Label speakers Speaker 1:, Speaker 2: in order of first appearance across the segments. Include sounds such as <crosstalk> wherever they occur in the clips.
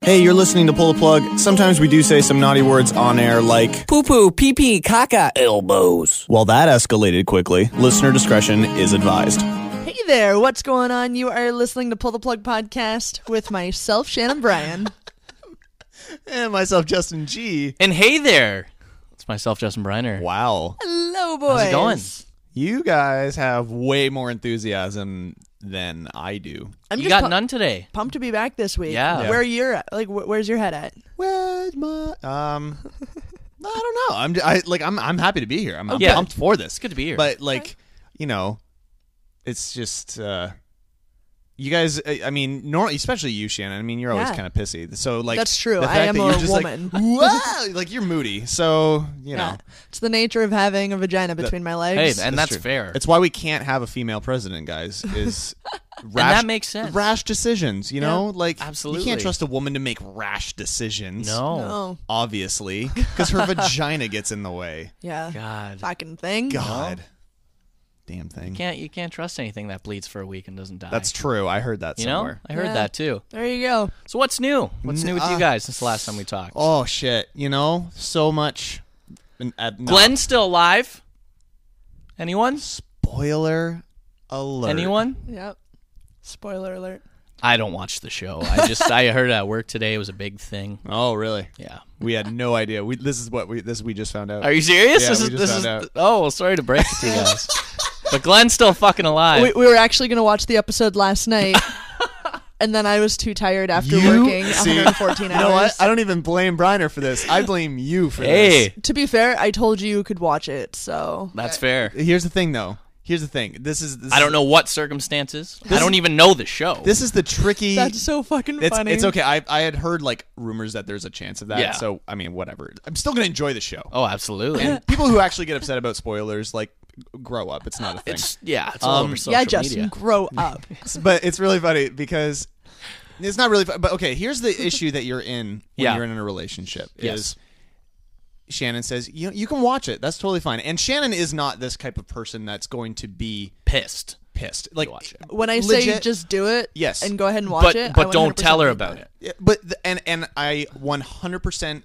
Speaker 1: Hey, you're listening to Pull the Plug. Sometimes we do say some naughty words on air like,
Speaker 2: Poo poo, pee pee, caca, elbows.
Speaker 1: well, that escalated quickly. Listener discretion is advised.
Speaker 3: Hey there, what's going on? You are listening to Pull the Plug podcast with myself, Shannon Bryan.
Speaker 1: And Eh, myself, Justin G.
Speaker 4: And hey there, it's myself, Justin Briner.
Speaker 1: Wow.
Speaker 3: <laughs> Hello, boys.
Speaker 4: How's it going?
Speaker 1: You guys have way more enthusiasm than I do.
Speaker 3: I'm
Speaker 4: you
Speaker 3: just
Speaker 4: got
Speaker 3: pu-
Speaker 4: none today.
Speaker 3: pumped to be back this week.
Speaker 4: Yeah. Yeah.
Speaker 3: Where you're at? Like, wh- where's your head at?
Speaker 1: Where's my
Speaker 3: <laughs>
Speaker 1: um? I don't know. I'm j- I like I'm I'm happy to be here. I'm, I'm
Speaker 4: Okay.
Speaker 1: pumped for this. It's
Speaker 4: good to be here.
Speaker 1: But like, you know, it's just uh, you guys. I, I mean, normally, especially you, Shannon. I mean, you're always
Speaker 3: Yeah.
Speaker 1: kind of pissy. So like,
Speaker 3: That's true.
Speaker 1: the
Speaker 3: I
Speaker 1: fact
Speaker 3: am
Speaker 1: that you're
Speaker 3: a
Speaker 1: just
Speaker 3: woman.
Speaker 1: Like, "Whoa!" like you're moody. So you know,
Speaker 3: Yeah. It's the nature of having a vagina between my
Speaker 4: Hey,
Speaker 3: legs.
Speaker 4: and that's, fair.
Speaker 1: it's why we can't have a female president, guys.
Speaker 4: <laughs>
Speaker 1: Is rash,
Speaker 4: that makes sense.
Speaker 1: Rash decisions. You know, like You
Speaker 4: absolutely.
Speaker 1: can't trust a woman to make rash decisions.
Speaker 4: no.
Speaker 3: Oh, <laughs>
Speaker 1: obviously, because her vagina gets in the way.
Speaker 3: yeah.
Speaker 4: God,
Speaker 3: Fucking thing.
Speaker 1: God, damn thing.
Speaker 4: you can't you can't trust anything that bleeds for a week and doesn't die.
Speaker 1: That's true. I heard that
Speaker 4: you know.
Speaker 1: somewhere.
Speaker 4: I heard
Speaker 3: Yeah.
Speaker 4: that too.
Speaker 3: There you go.
Speaker 4: So what's new? What's new with
Speaker 1: uh,
Speaker 4: you guys since the last time we talked?
Speaker 1: Oh shit! You know, so much. And, uh, no.
Speaker 4: Glenn's still alive. Anyone?
Speaker 1: Spoiler alert.
Speaker 4: Anyone?
Speaker 3: Yep. Spoiler alert.
Speaker 4: I don't watch the show. I just
Speaker 1: <laughs>
Speaker 4: I heard it at work today. It was a big thing.
Speaker 1: Oh really?
Speaker 4: Yeah.
Speaker 1: We had no idea. We this is what we this we just found out.
Speaker 4: Are you serious?
Speaker 1: Yeah,
Speaker 4: this
Speaker 1: we
Speaker 4: is
Speaker 1: just
Speaker 4: this
Speaker 1: found
Speaker 4: is.
Speaker 1: out.
Speaker 4: Oh, well, sorry to break it to you
Speaker 1: <laughs>
Speaker 4: guys. But Glenn's still fucking alive.
Speaker 3: We, we were actually going to watch the episode last <laughs> night, and then I was too tired after
Speaker 1: You-
Speaker 3: working
Speaker 1: see,
Speaker 3: 114
Speaker 1: You know
Speaker 3: hours.
Speaker 1: what? I don't even blame Briner for this. I blame you for
Speaker 4: hey,
Speaker 3: to be fair, I told you you could watch it, so
Speaker 4: that's fair.
Speaker 1: this. Here's the thing, though. Here's the thing. This is. This
Speaker 4: I don't
Speaker 1: is-
Speaker 4: know what circumstances. I don't even know the show.
Speaker 1: This is the
Speaker 3: <laughs>
Speaker 1: tricky.
Speaker 3: that's so fucking
Speaker 1: It's,
Speaker 3: funny.
Speaker 1: it's okay. I, I had heard like rumors that there's a chance of that.
Speaker 4: Yeah.
Speaker 1: So I mean, whatever. I'm still gonna enjoy the show.
Speaker 4: oh, absolutely.
Speaker 1: And people who actually get upset about spoilers, like, grow up. It's not a thing.
Speaker 4: It's yeah, it's all
Speaker 1: Um,
Speaker 4: over social
Speaker 3: Yeah, Justin,
Speaker 4: media.
Speaker 3: grow up.
Speaker 1: <laughs> but it's really funny because it's not really. Fun, but okay,
Speaker 4: <laughs>
Speaker 1: here's the issue that you're in when
Speaker 4: Yeah.
Speaker 1: you're in a relationship.
Speaker 4: Yes.
Speaker 1: Is Shannon says you you can watch it. That's totally fine. And Shannon is not this type of person that's going to be
Speaker 4: Pissed.
Speaker 1: pissed. Like
Speaker 4: watch it.
Speaker 3: When I say
Speaker 1: legit-
Speaker 3: just do it,
Speaker 1: Yes.
Speaker 3: and go ahead and watch
Speaker 4: But
Speaker 3: it, I
Speaker 4: but don't
Speaker 3: 100%
Speaker 4: tell her
Speaker 3: need
Speaker 4: about
Speaker 3: that.
Speaker 4: it.
Speaker 1: Yeah, but th- and and I 100 percent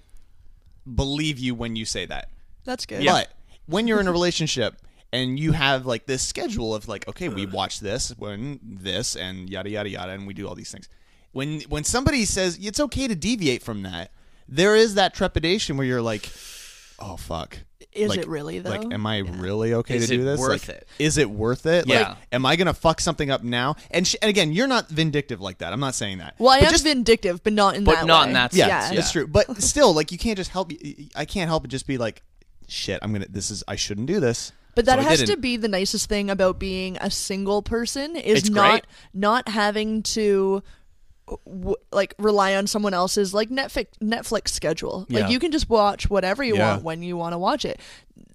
Speaker 1: believe you when you say that.
Speaker 3: That's good.
Speaker 1: But when you're in a relationship and you have like this schedule of like, okay, we watch this, when this, and yada yada yada, and we do all these things. When when somebody says it's okay to deviate from that, there is that trepidation where you're like, oh fuck.
Speaker 3: Is
Speaker 1: Like-
Speaker 3: it really though?
Speaker 1: Like, am I really okay
Speaker 4: Is
Speaker 1: to do
Speaker 4: it
Speaker 1: this?
Speaker 4: worth
Speaker 1: Like,
Speaker 4: it?
Speaker 1: Is it worth it?
Speaker 4: Yeah.
Speaker 1: Like, am I gonna fuck something up now? And, sh- and again, you're not vindictive like that. I'm not saying that.
Speaker 3: well, I
Speaker 1: But
Speaker 3: am
Speaker 1: just
Speaker 3: vindictive, but not in
Speaker 4: But
Speaker 3: that.
Speaker 4: not
Speaker 3: way.
Speaker 4: in that
Speaker 1: yeah,
Speaker 4: sense,
Speaker 1: that's
Speaker 4: <laughs>
Speaker 1: true. But still, like you can't just help. I can't help but just be like, shit. I'm gonna. This is. I shouldn't do this.
Speaker 3: But that
Speaker 1: So I
Speaker 3: has
Speaker 1: didn't.
Speaker 3: to be the nicest thing about being a single person is
Speaker 4: It's
Speaker 3: not
Speaker 4: great.
Speaker 3: not having to uh, w- like rely on someone else's like Netflix Netflix schedule.
Speaker 4: Yeah.
Speaker 3: Like you can just watch whatever you
Speaker 1: Yeah.
Speaker 3: want when you want to watch it.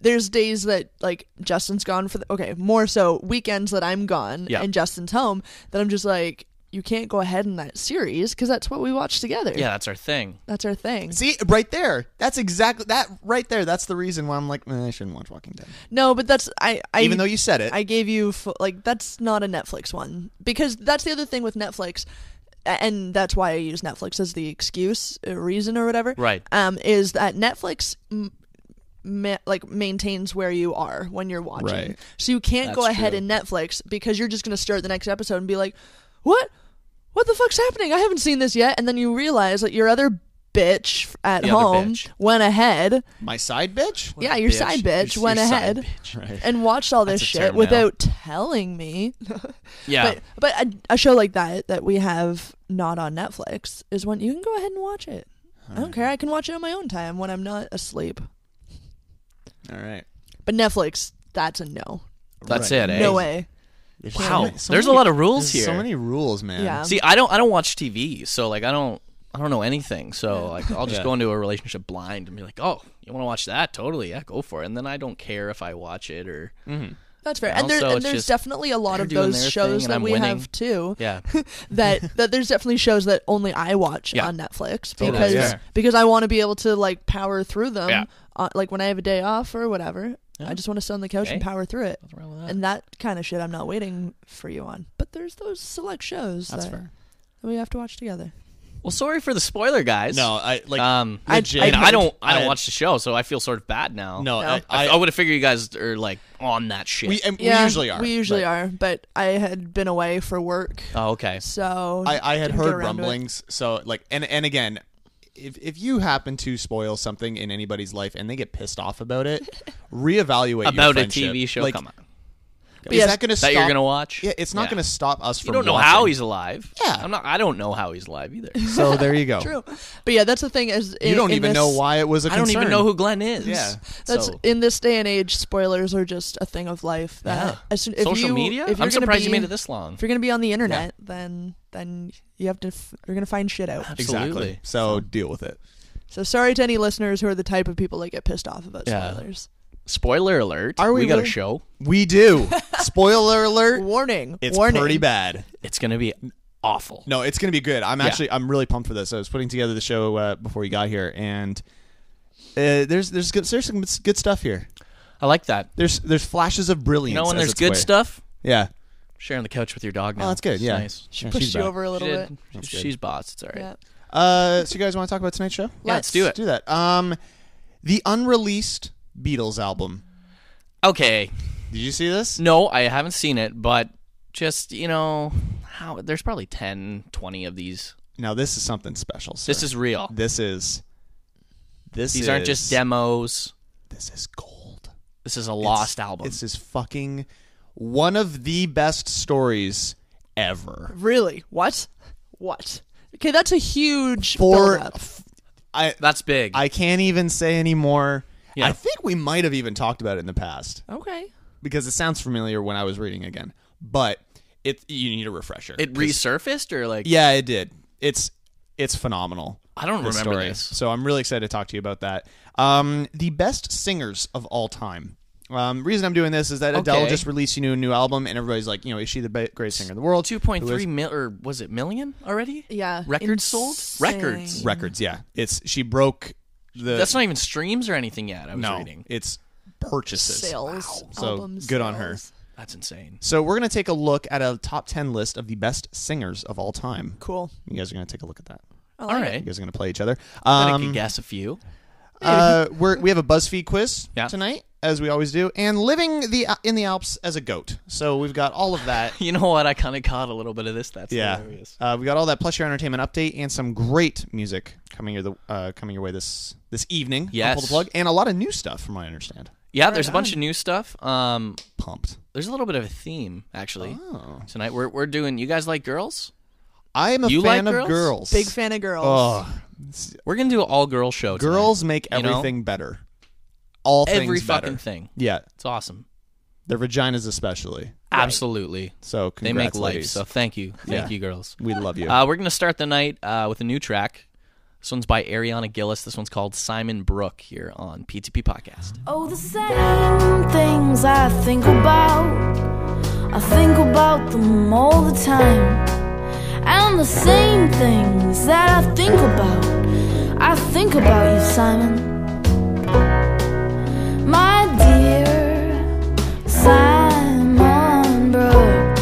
Speaker 3: There's days that like Justin's gone for the, okay, more so weekends that I'm gone
Speaker 4: Yeah.
Speaker 3: and Justin's home that I'm just like you can't go ahead in that series because that's what we watch together.
Speaker 4: Yeah, that's our thing.
Speaker 3: That's our thing.
Speaker 1: See, right there. That's exactly that. Right there. That's the reason why I'm like, eh, I shouldn't watch Walking Dead.
Speaker 3: No, but that's I. I
Speaker 1: Even though you said it.
Speaker 3: I gave you f- like that's not a Netflix one because that's the other thing with Netflix, a- and that's why I use Netflix as the excuse, uh, reason, or whatever.
Speaker 4: Right.
Speaker 3: Um, is that Netflix. M- Ma- like maintains where you are when you're watching,
Speaker 1: Right.
Speaker 3: so you can't go
Speaker 4: That's
Speaker 3: ahead
Speaker 4: true.
Speaker 3: in Netflix because you're just gonna start the next episode and be like, "What? What the fuck's happening? I haven't seen this yet." And then you realize that your other bitch at
Speaker 4: The other
Speaker 3: home
Speaker 4: bitch.
Speaker 3: went ahead,
Speaker 1: My side bitch.
Speaker 3: yeah, your
Speaker 4: bitch.
Speaker 3: side bitch
Speaker 4: Your-
Speaker 3: went
Speaker 4: your side
Speaker 3: ahead
Speaker 4: bitch. <laughs>
Speaker 3: and watched all this
Speaker 4: That's a
Speaker 3: shit
Speaker 4: term now.
Speaker 3: without telling me. <laughs>
Speaker 4: Yeah.
Speaker 3: But but a, a show like that that we have not on Netflix is when you can go ahead and watch it. I don't care. I can watch it on my own time when I'm not asleep.
Speaker 1: All right.
Speaker 3: But Netflix, that's a no.
Speaker 4: that's
Speaker 1: Right.
Speaker 4: it, eh?
Speaker 3: No way.
Speaker 1: There's
Speaker 4: Wow. There's a lot of rules
Speaker 1: there's So
Speaker 4: here.
Speaker 1: many rules, man.
Speaker 3: Yeah.
Speaker 4: See, I don't I don't watch TV, so like I don't I don't know anything. So like I'll just
Speaker 1: Yeah.
Speaker 4: go into a relationship blind and be like, "Oh, you want to watch that? Totally. Yeah, go for it." And then I don't care if I watch it or
Speaker 1: Mm-hmm.
Speaker 3: That's fair.
Speaker 4: You know,
Speaker 3: And, there,
Speaker 4: so
Speaker 3: and
Speaker 4: it's
Speaker 3: there's
Speaker 4: just
Speaker 3: definitely a lot
Speaker 4: they're
Speaker 3: of
Speaker 4: doing
Speaker 3: those
Speaker 4: their thing
Speaker 3: shows
Speaker 4: and
Speaker 3: that
Speaker 4: I'm
Speaker 3: we
Speaker 4: winning.
Speaker 3: have too.
Speaker 4: yeah. <laughs>
Speaker 3: that that there's definitely shows that only I watch
Speaker 4: Yeah.
Speaker 3: on Netflix
Speaker 4: Totally.
Speaker 3: because
Speaker 1: Yeah.
Speaker 3: because I want to be able to like power through them.
Speaker 4: Yeah.
Speaker 3: Uh, like when I have a day off or whatever, I just want to sit on the couch and
Speaker 4: Okay.
Speaker 3: power through it.
Speaker 4: wrong with that.
Speaker 3: And that kind of shit, I'm not waiting for you on. But there's those select shows that, that we have to watch together.
Speaker 4: Well, sorry for the spoiler, guys.
Speaker 1: No, I like.
Speaker 4: Um,
Speaker 3: I-
Speaker 1: legit,
Speaker 3: I-
Speaker 4: and I don't. I don't
Speaker 1: I-
Speaker 4: watch the show, so I feel sort of bad now.
Speaker 1: No,
Speaker 3: No.
Speaker 1: I,
Speaker 4: I,
Speaker 1: I,
Speaker 4: would have figured you guys are like on that shit.
Speaker 1: we, and
Speaker 3: Yeah,
Speaker 1: we usually are.
Speaker 3: We usually
Speaker 1: but
Speaker 3: are, but I had been away for work,
Speaker 4: oh, okay.
Speaker 3: so
Speaker 1: I, I had
Speaker 3: didn't get
Speaker 1: heard
Speaker 3: around to it. <laughs>
Speaker 1: rumblings. So like, and and again, if if you happen to spoil something in anybody's life and they get pissed off
Speaker 3: <laughs>
Speaker 1: about it, reevaluate your
Speaker 4: About a
Speaker 1: friendship.
Speaker 4: TV show.
Speaker 1: Like,
Speaker 4: Come on,
Speaker 1: is
Speaker 3: Yes.
Speaker 1: that going to
Speaker 4: that
Speaker 1: stop?
Speaker 4: you're gonna watch?
Speaker 1: Yeah, it's not
Speaker 4: Yeah.
Speaker 1: going to stop us from.
Speaker 4: You don't know how
Speaker 1: watching.
Speaker 4: he's alive.
Speaker 1: Yeah.
Speaker 4: I'm not. I don't know how he's alive either.
Speaker 1: <laughs> So there
Speaker 4: <laughs>
Speaker 1: you go.
Speaker 3: True, but yeah, that's the thing is in,
Speaker 1: You don't
Speaker 3: in
Speaker 1: even
Speaker 3: this-
Speaker 1: know why it was a
Speaker 4: I don't
Speaker 1: concern.
Speaker 4: even know who Glenn is.
Speaker 1: Yeah.
Speaker 3: <laughs> That's
Speaker 4: So-
Speaker 3: in this day and age, spoilers are just a thing of life. That
Speaker 4: Yeah.
Speaker 3: as soon, if
Speaker 4: social
Speaker 3: you,
Speaker 4: media.
Speaker 3: If you're
Speaker 4: I'm
Speaker 3: gonna
Speaker 4: surprised
Speaker 3: be,
Speaker 4: you made it this long.
Speaker 3: If you're gonna be on the internet, then then you have to. F- you're gonna find shit out.
Speaker 1: Exactly.
Speaker 4: Absolutely.
Speaker 1: So deal with it.
Speaker 3: So sorry to any listeners who are the type of people that get pissed off about
Speaker 4: Yeah. <laughs>
Speaker 3: spoilers.
Speaker 4: Spoiler alert.
Speaker 1: Are we
Speaker 4: got a
Speaker 1: really?
Speaker 4: show. <laughs>
Speaker 1: We do. Spoiler alert.
Speaker 3: Warning.
Speaker 1: It's
Speaker 3: warning.
Speaker 1: pretty bad.
Speaker 4: It's gonna be awful.
Speaker 1: No, it's going to be good. I'm actually I'm really pumped for this. I was putting together the show uh, before you got here, and uh, there's there's good, there's some good stuff here.
Speaker 4: I like that.
Speaker 1: There's there's flashes of brilliance.
Speaker 4: You know when
Speaker 1: as
Speaker 4: there's
Speaker 1: it's
Speaker 4: good
Speaker 1: way-
Speaker 4: stuff.
Speaker 1: Yeah.
Speaker 4: Sharing the couch with your dog now.
Speaker 1: Oh, that's good.
Speaker 4: It's
Speaker 1: Yeah.
Speaker 4: nice.
Speaker 1: She
Speaker 3: Push you over a little
Speaker 4: She
Speaker 3: bit.
Speaker 4: did.
Speaker 1: That's good.
Speaker 4: She's boss. It's all right.
Speaker 3: Yeah.
Speaker 1: Uh, so you guys want to talk about tonight's show?
Speaker 4: Yeah, let's do it.
Speaker 1: do that. Um, the unreleased Beatles album.
Speaker 4: Okay.
Speaker 1: Did you see this?
Speaker 4: No, I haven't seen it, but just, you know, how there's probably 10, 20 of these.
Speaker 1: Now this is something special. sir.
Speaker 4: This is real.
Speaker 1: this is this.
Speaker 4: These aren't just
Speaker 1: is-
Speaker 4: demos.
Speaker 1: This is gold.
Speaker 4: This is a lost
Speaker 1: It's-
Speaker 4: album.
Speaker 1: This is fucking one of the best stories ever.
Speaker 3: Really? What? What? Okay, that's a huge
Speaker 1: For
Speaker 3: buildup.
Speaker 1: I
Speaker 4: That's big.
Speaker 1: I can't even say anymore.
Speaker 4: Yeah.
Speaker 1: I think we might have even talked about it in the past
Speaker 3: Okay.
Speaker 1: because it sounds familiar when I was reading again. But it you need a refresher.
Speaker 4: it
Speaker 1: 'Cause-
Speaker 4: resurfaced or like
Speaker 1: Yeah, it did. It's it's phenomenal.
Speaker 4: I don't
Speaker 1: this
Speaker 4: remember
Speaker 1: story.
Speaker 4: this.
Speaker 1: So I'm really excited to talk to you about that. Um, the best singers of all time. Um, reason I'm doing this is that Adele
Speaker 4: Okay.
Speaker 1: just released you know, a new album, and everybody's like, you know, is she the be- greatest singer in the world? Who is-
Speaker 4: 2.3 mil or was it million already?
Speaker 3: Yeah.
Speaker 4: Records sold?
Speaker 3: Insane.
Speaker 4: Records.
Speaker 1: records. Yeah, it's she broke the.
Speaker 4: That's not even streams or anything yet. I was
Speaker 1: no.
Speaker 4: reading.
Speaker 1: It's purchases.
Speaker 3: Sales.
Speaker 1: So,
Speaker 3: album
Speaker 1: good on her.
Speaker 3: sales.
Speaker 4: That's insane.
Speaker 1: So we're gonna take a look at a top ten list of the best singers of all time.
Speaker 3: Cool.
Speaker 1: You guys are gonna take a look at that.
Speaker 4: All
Speaker 3: like
Speaker 1: You
Speaker 4: right.
Speaker 1: guys are gonna play each other.
Speaker 4: I
Speaker 1: Um,
Speaker 4: think I could guess a few.
Speaker 1: uh, we're, we have a BuzzFeed quiz
Speaker 4: Yeah.
Speaker 1: tonight, as we always do, and living the uh, in the Alps as a goat. So we've got all of that.
Speaker 4: <laughs> You know what? I kind of caught a little bit of this. That's
Speaker 1: yeah,
Speaker 4: hilarious.
Speaker 1: uh, we got all that plus your entertainment update and some great music coming your the uh, coming your way this this evening. on
Speaker 4: Yes.
Speaker 1: pull the plug and a lot of new stuff from what I understand.
Speaker 4: Yeah, there's a bunch of new stuff. Um,
Speaker 1: Pumped. Oh.
Speaker 4: There's a little bit of a theme actually tonight. We're we're doing. You guys like girls?
Speaker 1: I am a
Speaker 4: You
Speaker 1: fan
Speaker 4: like
Speaker 1: of
Speaker 4: girls?
Speaker 1: girls.
Speaker 3: Big fan of girls.
Speaker 1: Oh,
Speaker 4: We're gonna do an all girl show. tonight.
Speaker 1: girls make
Speaker 4: You know?
Speaker 1: everything better. All
Speaker 4: every
Speaker 1: things
Speaker 4: fucking
Speaker 1: better.
Speaker 4: thing.
Speaker 1: Yeah,
Speaker 4: It's awesome.
Speaker 1: their vaginas especially.
Speaker 4: Absolutely,
Speaker 1: So
Speaker 4: they make
Speaker 1: congrats,
Speaker 4: life.
Speaker 1: ladies.
Speaker 4: So thank you, thank you, girls.
Speaker 1: We love <laughs> you.
Speaker 4: Uh, we're gonna start the night uh, with a new track. This one's by Ariana Gillis. This one's called Simon Brooke here on PTP Podcast.
Speaker 5: Oh, the same things I think about. I think about them all the time. And the same things that I think about. I think about you, Simon. My dear Simon Brooke.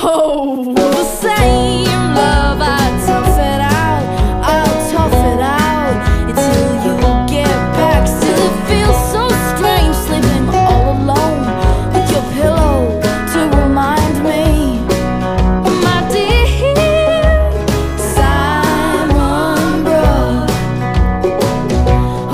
Speaker 5: Oh, the same love I tough it out. I'll tough it out until you get back. Still, it feels so strange sleeping all alone with your pillow to remind me. of my dear Simon Brooke.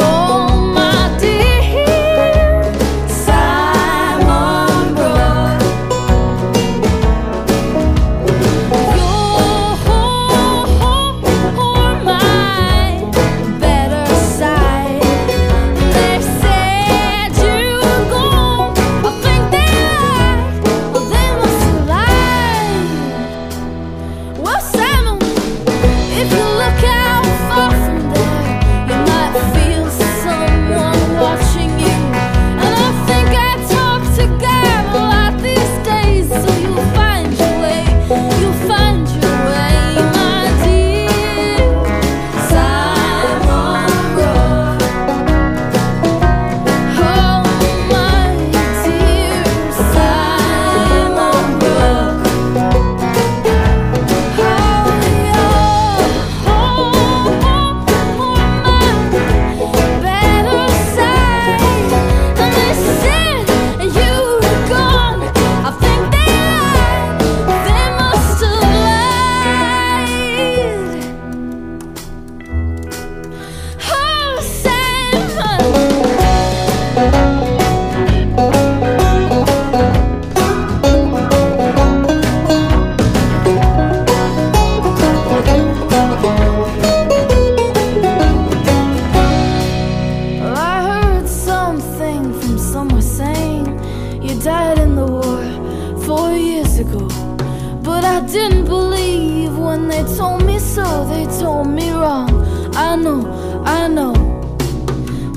Speaker 5: know, I know.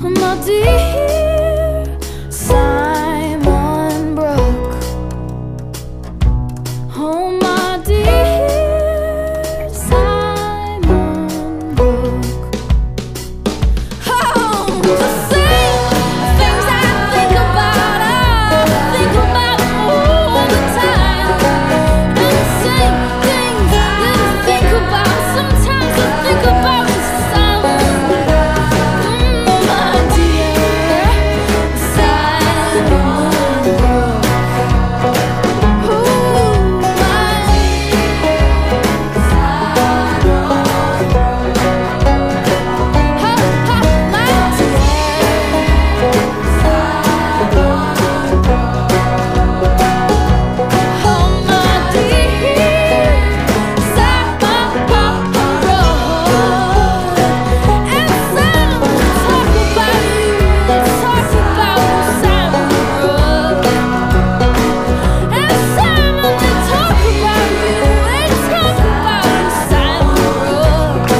Speaker 5: My dear Simon Brooke. Oh, my dear Simon Brooke. Oh, Oh, Talk about you.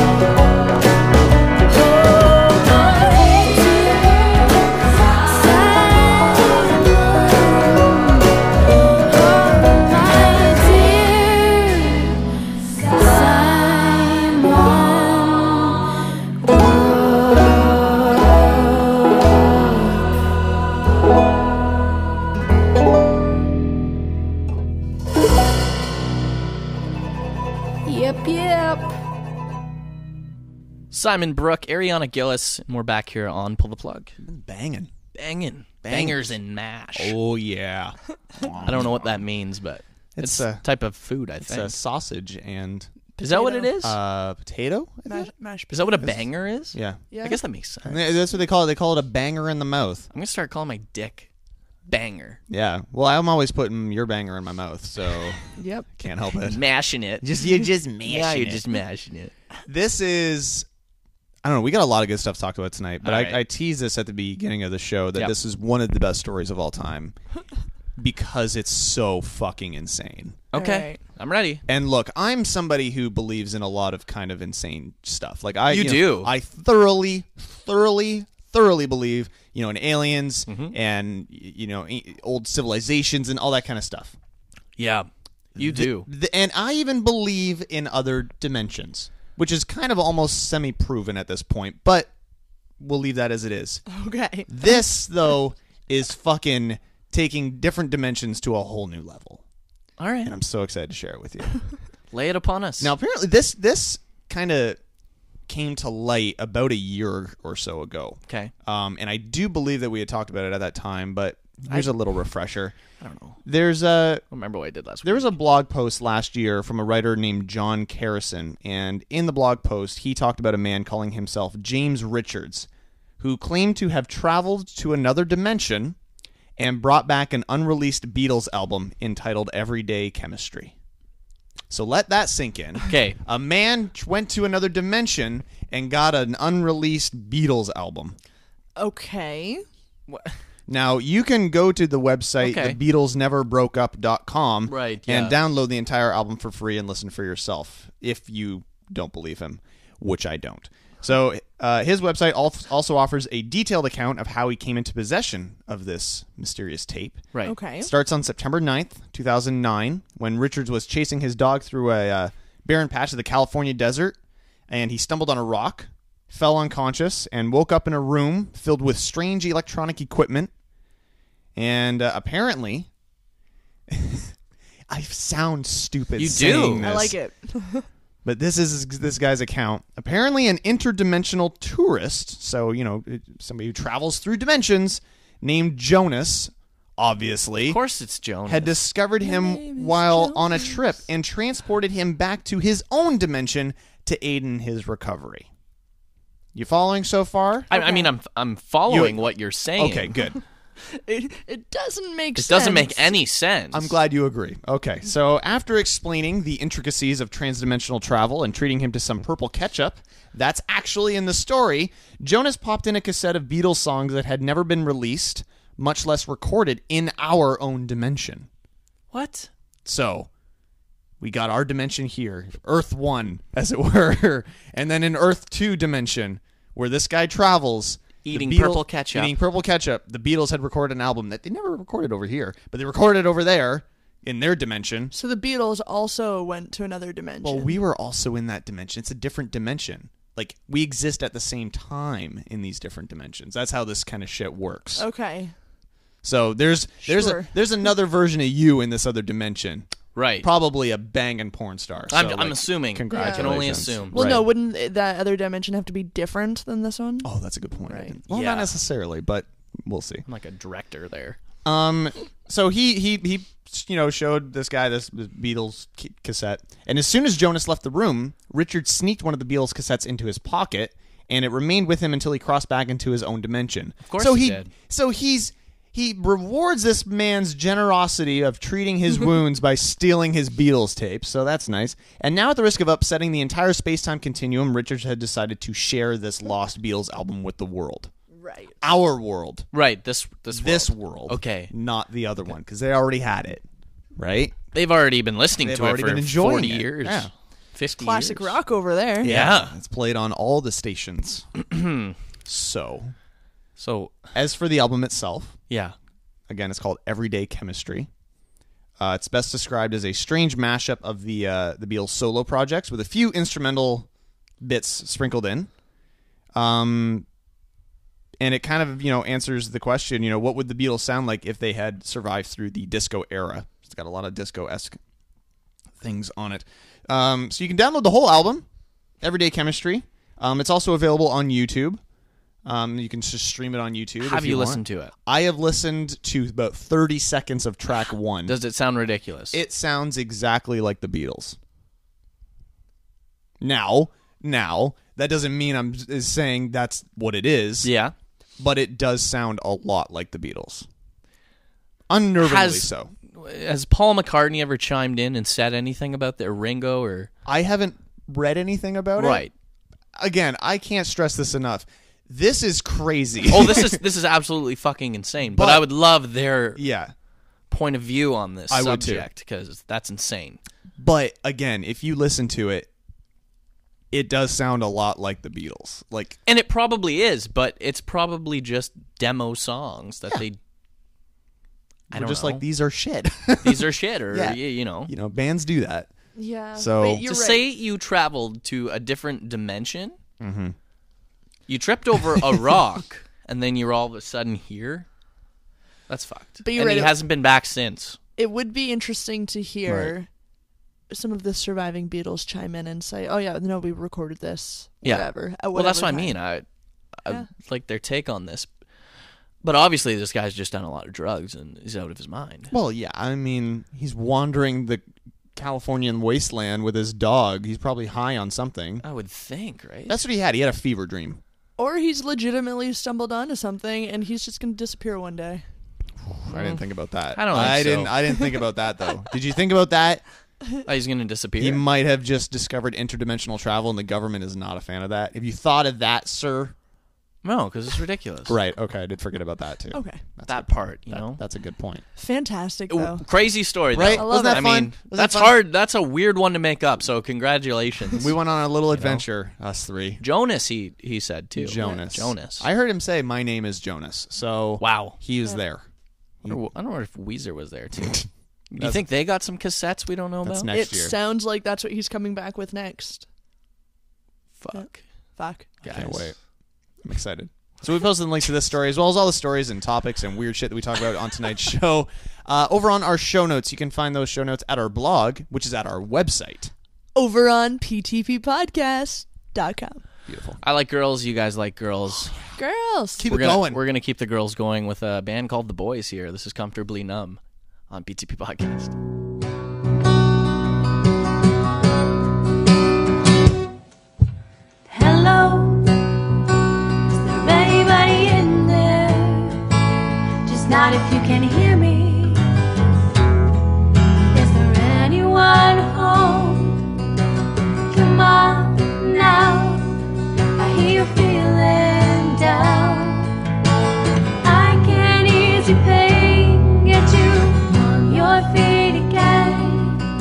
Speaker 5: Yep, yep.
Speaker 4: Simon Brooke, Ariana Gillis, and we're back here on Pull the Plug.
Speaker 1: Banging.
Speaker 4: Banging. Bangers and mash.
Speaker 1: Oh yeah.
Speaker 4: I don't know what that means, but it's,
Speaker 1: It's uh,
Speaker 4: a
Speaker 1: a-
Speaker 4: type of food, I
Speaker 1: It's
Speaker 4: think.
Speaker 1: a sausage and
Speaker 4: is that what it is?
Speaker 1: uh, potato. I think?
Speaker 3: Mash, mash
Speaker 4: is that what a banger is?
Speaker 1: Yeah.
Speaker 3: Yeah.
Speaker 4: I guess that makes sense.
Speaker 1: And
Speaker 4: I'm
Speaker 1: they- That's what they call it. They call it a banger in the mouth.
Speaker 4: going to start calling my dick banger.
Speaker 1: Yeah. Well, I'm always putting your banger in my mouth, so
Speaker 3: Yep.
Speaker 1: can't help it.
Speaker 4: Mashing it.
Speaker 1: Just you just mashing
Speaker 4: yeah, <laughs> you're just mashing it.
Speaker 1: this is I don't know. We got a lot of good stuff to talk about tonight, but
Speaker 4: All
Speaker 1: I,
Speaker 4: right.
Speaker 1: I teased this at the beginning of the show that
Speaker 4: Yep.
Speaker 1: this is one of the best stories of
Speaker 4: <laughs>
Speaker 1: all time because it's so fucking insane.
Speaker 4: Okay.
Speaker 3: right.
Speaker 4: I'm ready.
Speaker 1: And look, I'm somebody who believes in a lot of kind of insane stuff. Like I,
Speaker 4: You
Speaker 1: know,
Speaker 4: do.
Speaker 1: I thoroughly, thoroughly, thoroughly believe, you know, in aliens
Speaker 4: Mm-hmm.
Speaker 1: and y- you know, a- old civilizations and all that kind of stuff.
Speaker 4: Yeah. You do.
Speaker 1: Th- and I even believe in other dimensions, which is kind of almost semi-proven at this point, but we'll leave that as it is.
Speaker 4: <laughs>
Speaker 3: Okay.
Speaker 1: This though is fucking taking different dimensions to a whole new level.
Speaker 4: All right.
Speaker 1: And I'm so excited to share it
Speaker 4: <laughs>
Speaker 1: with you.
Speaker 4: Lay it upon us.
Speaker 1: Now, apparently, this this kind of came to light about a year or so ago.
Speaker 4: Okay.
Speaker 1: Um, and I do believe that we had talked about it at that time, but here's a little refresher.
Speaker 4: I don't know.
Speaker 1: There's a
Speaker 4: I remember what I did last
Speaker 1: there
Speaker 4: week.
Speaker 1: was a blog post last year from a writer named John Carrison, and in the blog post, he talked about a man calling himself James Richards, who claimed to have traveled to another dimension and brought back an unreleased Beatles album entitled Everyday Chemistry. So let that sink in.
Speaker 4: Okay.
Speaker 1: A man t- went to another dimension and got an unreleased Beatles album.
Speaker 3: Okay.
Speaker 1: Now, you can go to the website
Speaker 4: Okay.
Speaker 1: thebeatlesneverbroakeup.com
Speaker 4: Right,
Speaker 1: and
Speaker 4: yeah.
Speaker 1: download the entire album for free and listen for yourself if you don't believe him, which I don't. So, uh, his website al- also offers a detailed account of how he came into possession of this mysterious tape.
Speaker 4: Right.
Speaker 3: Okay.
Speaker 1: Starts on September 9th, 2009, when Richards was chasing his dog through a uh, barren patch of the California desert, and he stumbled on a rock, fell unconscious, and woke up in a room filled with strange electronic equipment. And uh, apparently, <laughs> I sound stupid.
Speaker 4: You do.
Speaker 1: saying
Speaker 3: I
Speaker 1: this,
Speaker 3: like it.
Speaker 4: <laughs>
Speaker 1: But this is this guy's account. Apparently, an interdimensional tourist, so you know, somebody who travels through dimensions, named Jonas. Obviously,
Speaker 4: Of course it's Joan.
Speaker 1: had discovered him while on a trip and transported him back to his own dimension to aid in his recovery. You following so far?
Speaker 4: I, I mean, I'm I'm following
Speaker 1: You-
Speaker 4: what you're saying.
Speaker 1: Okay, good.
Speaker 3: It, it doesn't make
Speaker 4: This
Speaker 3: sense.
Speaker 4: doesn't make any sense.
Speaker 1: I'm glad you agree. Okay, so after explaining the intricacies of transdimensional travel and treating him to some purple ketchup, that's actually in the story, Jonas popped in a cassette of Beatles songs that had never been released, much less recorded in our own dimension.
Speaker 4: What?
Speaker 1: So we got our dimension here, Earth 1, as it <laughs> were. and then in Earth 2 dimension, where this guy travels. the
Speaker 4: Eating
Speaker 1: Beatle-
Speaker 4: purple ketchup.
Speaker 1: Eating purple ketchup. The Beatles had recorded an album that they never recorded over here, but they recorded it over there in their dimension.
Speaker 3: So the Beatles also went to another dimension.
Speaker 1: Well, we were also in that dimension. It's a different dimension. Like, we exist at the same time in these different dimensions. That's how this kind of shit works.
Speaker 3: okay.
Speaker 1: So there's there's a,
Speaker 3: Sure.
Speaker 1: there's another version of you in this other dimension.
Speaker 4: Right.
Speaker 1: Probably a banging porn star.
Speaker 4: I'm,
Speaker 1: So,
Speaker 4: I'm
Speaker 1: like,
Speaker 4: assuming. I
Speaker 1: Congratulations.
Speaker 4: can only assume.
Speaker 3: Well, no,
Speaker 1: Right.
Speaker 3: wouldn't th- that other dimension have to be different than this one?
Speaker 1: Oh, that's a good point. I
Speaker 3: Right.
Speaker 1: didn't- Well,
Speaker 4: Yeah.
Speaker 1: not necessarily, but we'll see.
Speaker 4: I'm like a director there.
Speaker 1: Um, so he he he, you know, showed this guy this, this Beatles ca- cassette, and as soon as Jonas left the room, Richard sneaked one of the Beatles cassettes into his pocket, and it remained with him until he crossed back into his own dimension. Of
Speaker 4: course
Speaker 1: so
Speaker 4: he did.
Speaker 1: So he's he rewards this man's generosity of treating his wounds by stealing his Beatles tapes. So that's nice. And now, at the risk of upsetting the entire space-time continuum, Richard had decided to share this lost Beatles album with the world,
Speaker 3: Right.
Speaker 1: our world
Speaker 4: Right. This this
Speaker 1: this
Speaker 4: world.
Speaker 1: world.
Speaker 4: Okay.
Speaker 1: Not the other one because they already had it, right?
Speaker 4: They've already been listening
Speaker 1: They've
Speaker 4: to it
Speaker 1: already
Speaker 4: for
Speaker 1: been enjoying
Speaker 4: 40
Speaker 1: it.
Speaker 4: years.
Speaker 1: Yeah.
Speaker 4: 50
Speaker 3: Classic
Speaker 4: years.
Speaker 3: rock over there.
Speaker 4: Yeah.
Speaker 1: It's played on all
Speaker 4: <clears throat>
Speaker 1: the stations. so,
Speaker 4: So,
Speaker 1: as for the album itself,
Speaker 4: yeah.
Speaker 1: again, it's called Everyday Chemistry. Uh, it's best described as a strange mashup of the uh, the Beatles solo projects with a few instrumental bits sprinkled in. Um, and it kind of you know answers the question, you know, what would the Beatles sound like if they had survived through the disco era? It's got a lot of disco esque things on it. Um, so you can download the whole album, Everyday Chemistry. Um, it's also available on YouTube. Um, you can just stream it on YouTube. if
Speaker 4: Have you,
Speaker 1: you want.
Speaker 4: listened to it?
Speaker 1: I have listened to about 30 seconds
Speaker 4: <sighs>
Speaker 1: of track one.
Speaker 4: Does it sound ridiculous?
Speaker 1: it sounds exactly like the Beatles. Now, now, that doesn't mean I'm is saying that's what it is,
Speaker 4: yeah.
Speaker 1: but it does sound a lot like the Beatles. Unnervingly
Speaker 4: Has-
Speaker 1: so.
Speaker 4: Has Paul McCartney ever chimed in and said anything about the Ringo or
Speaker 1: I haven't read anything about it. <laughs>
Speaker 4: right?
Speaker 1: Again, I can't stress this enough. This is crazy.
Speaker 4: Oh, this is this is absolutely fucking insane. But,
Speaker 1: But-
Speaker 4: I would love their
Speaker 1: <laughs> yeah.
Speaker 4: point of view on this
Speaker 1: I would too.
Speaker 4: subject because that's insane.
Speaker 1: But again, if you listen to it, it does sound a lot like the Beatles. Like
Speaker 4: And it probably is, but it's probably just demo songs that they. I
Speaker 1: we're
Speaker 4: don't
Speaker 1: just
Speaker 4: know.
Speaker 1: like these are shit. <laughs>
Speaker 4: <laughs> These are shit, or
Speaker 1: Yeah.
Speaker 4: you, you know.
Speaker 1: you know, bands do that.
Speaker 3: Yeah.
Speaker 1: So-
Speaker 3: Wait, you're
Speaker 4: to
Speaker 3: right.
Speaker 4: say you traveled to a different dimension, you tripped over
Speaker 1: <laughs>
Speaker 4: a rock, and then you're all of a sudden here. That's fucked.
Speaker 3: But you're
Speaker 4: and
Speaker 3: right,
Speaker 4: he
Speaker 3: it-
Speaker 4: hasn't been back since.
Speaker 3: it would be interesting to hear some of the surviving Beatles chime in and say, "Oh yeah, no, we recorded this."
Speaker 4: Yeah.
Speaker 3: Whatever. at
Speaker 4: Well, that's
Speaker 3: whatever
Speaker 4: what
Speaker 3: time."
Speaker 4: I mean. I, I like their take on this, but obviously this guy's just done a lot of drugs and is out of his mind.
Speaker 1: Well, yeah, I mean, he's wandering the Californian wasteland with his dog. He's probably high on something.
Speaker 4: I would think, right?
Speaker 1: That's what he had. He had a fever dream.
Speaker 3: Or he's legitimately stumbled onto something and he's just going to disappear one day.
Speaker 1: I didn't think about that.
Speaker 4: Mm. I don't think
Speaker 1: I
Speaker 4: so.
Speaker 1: didn't. I didn't think about
Speaker 4: <laughs>
Speaker 1: that though. Did you think about that?
Speaker 4: Oh, he's gonna disappear.
Speaker 1: He might have just discovered interdimensional travel, and the government is not a fan of that. Have you thought of that, sir?
Speaker 4: no, because it's ridiculous.
Speaker 1: Right. Okay, I did forget about that too.
Speaker 3: Okay.
Speaker 4: That part, you know.
Speaker 1: That's a good point.
Speaker 3: Fantastic
Speaker 4: W-
Speaker 3: though.
Speaker 4: Crazy story, though.
Speaker 1: Right?
Speaker 3: I love
Speaker 1: Wasn't that
Speaker 4: I
Speaker 1: fun?
Speaker 4: mean,
Speaker 1: Wasn't that
Speaker 4: that's
Speaker 1: fun?
Speaker 4: hard. That's a weird one to make up. So congratulations,
Speaker 1: We went on a little adventure, us three.
Speaker 4: Jonas. He he said too.
Speaker 1: Jonas.
Speaker 4: Jonas.
Speaker 1: I heard him say, "My name is Jonas." So
Speaker 4: Wow.
Speaker 1: he was there.
Speaker 4: I wonder- I don't know if Weezer was there
Speaker 1: <laughs>
Speaker 4: too. you think they got some cassettes we don't know
Speaker 1: That's
Speaker 4: about?
Speaker 1: next
Speaker 3: It
Speaker 1: year.
Speaker 3: sounds like that's what he's coming back with next.
Speaker 4: Fuck,
Speaker 3: Fuck.
Speaker 4: guys.
Speaker 1: Can't wait. I'm excited. So we posted the links to this story as well as all the stories and topics and weird shit that we talk about on tonight's show. Uh, over on our show notes, you can find those show notes at our blog, which is at our website.
Speaker 3: Over on ptppodcast.com.
Speaker 1: Beautiful.
Speaker 4: I like girls. You guys like girls.
Speaker 3: Girls.
Speaker 1: <sighs> Keep
Speaker 4: we're
Speaker 1: it
Speaker 4: gonna,
Speaker 1: going.
Speaker 4: We're gonna keep the girls going with a band called The Boys here. This is comfortably numb on BTP podcast.
Speaker 5: Hello, is there anybody in there? Just not if you can hear me. Is there anyone home? Come on now, I hear you feeling down. I can ease your pain, get you on your feet again.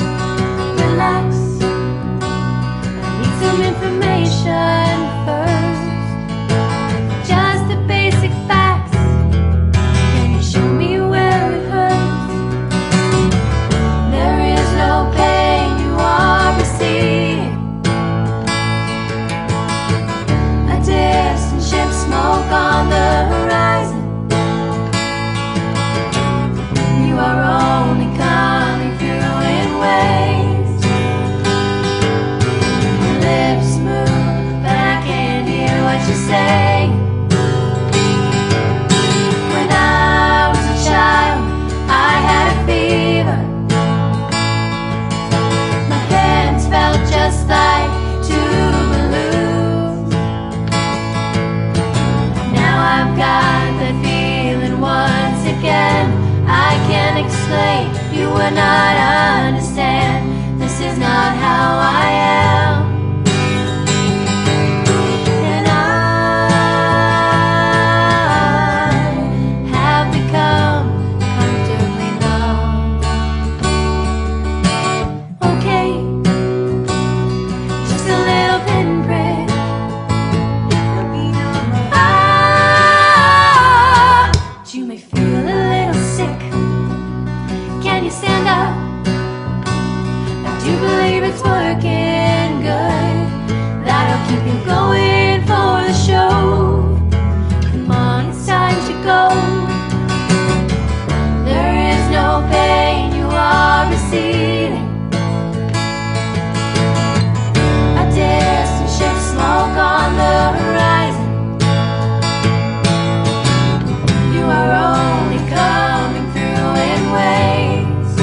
Speaker 6: Ah, going for the show. Come on, it's time to go. There is no pain you are receiving. A distant ship smoke on the horizon. You are only coming through in waves.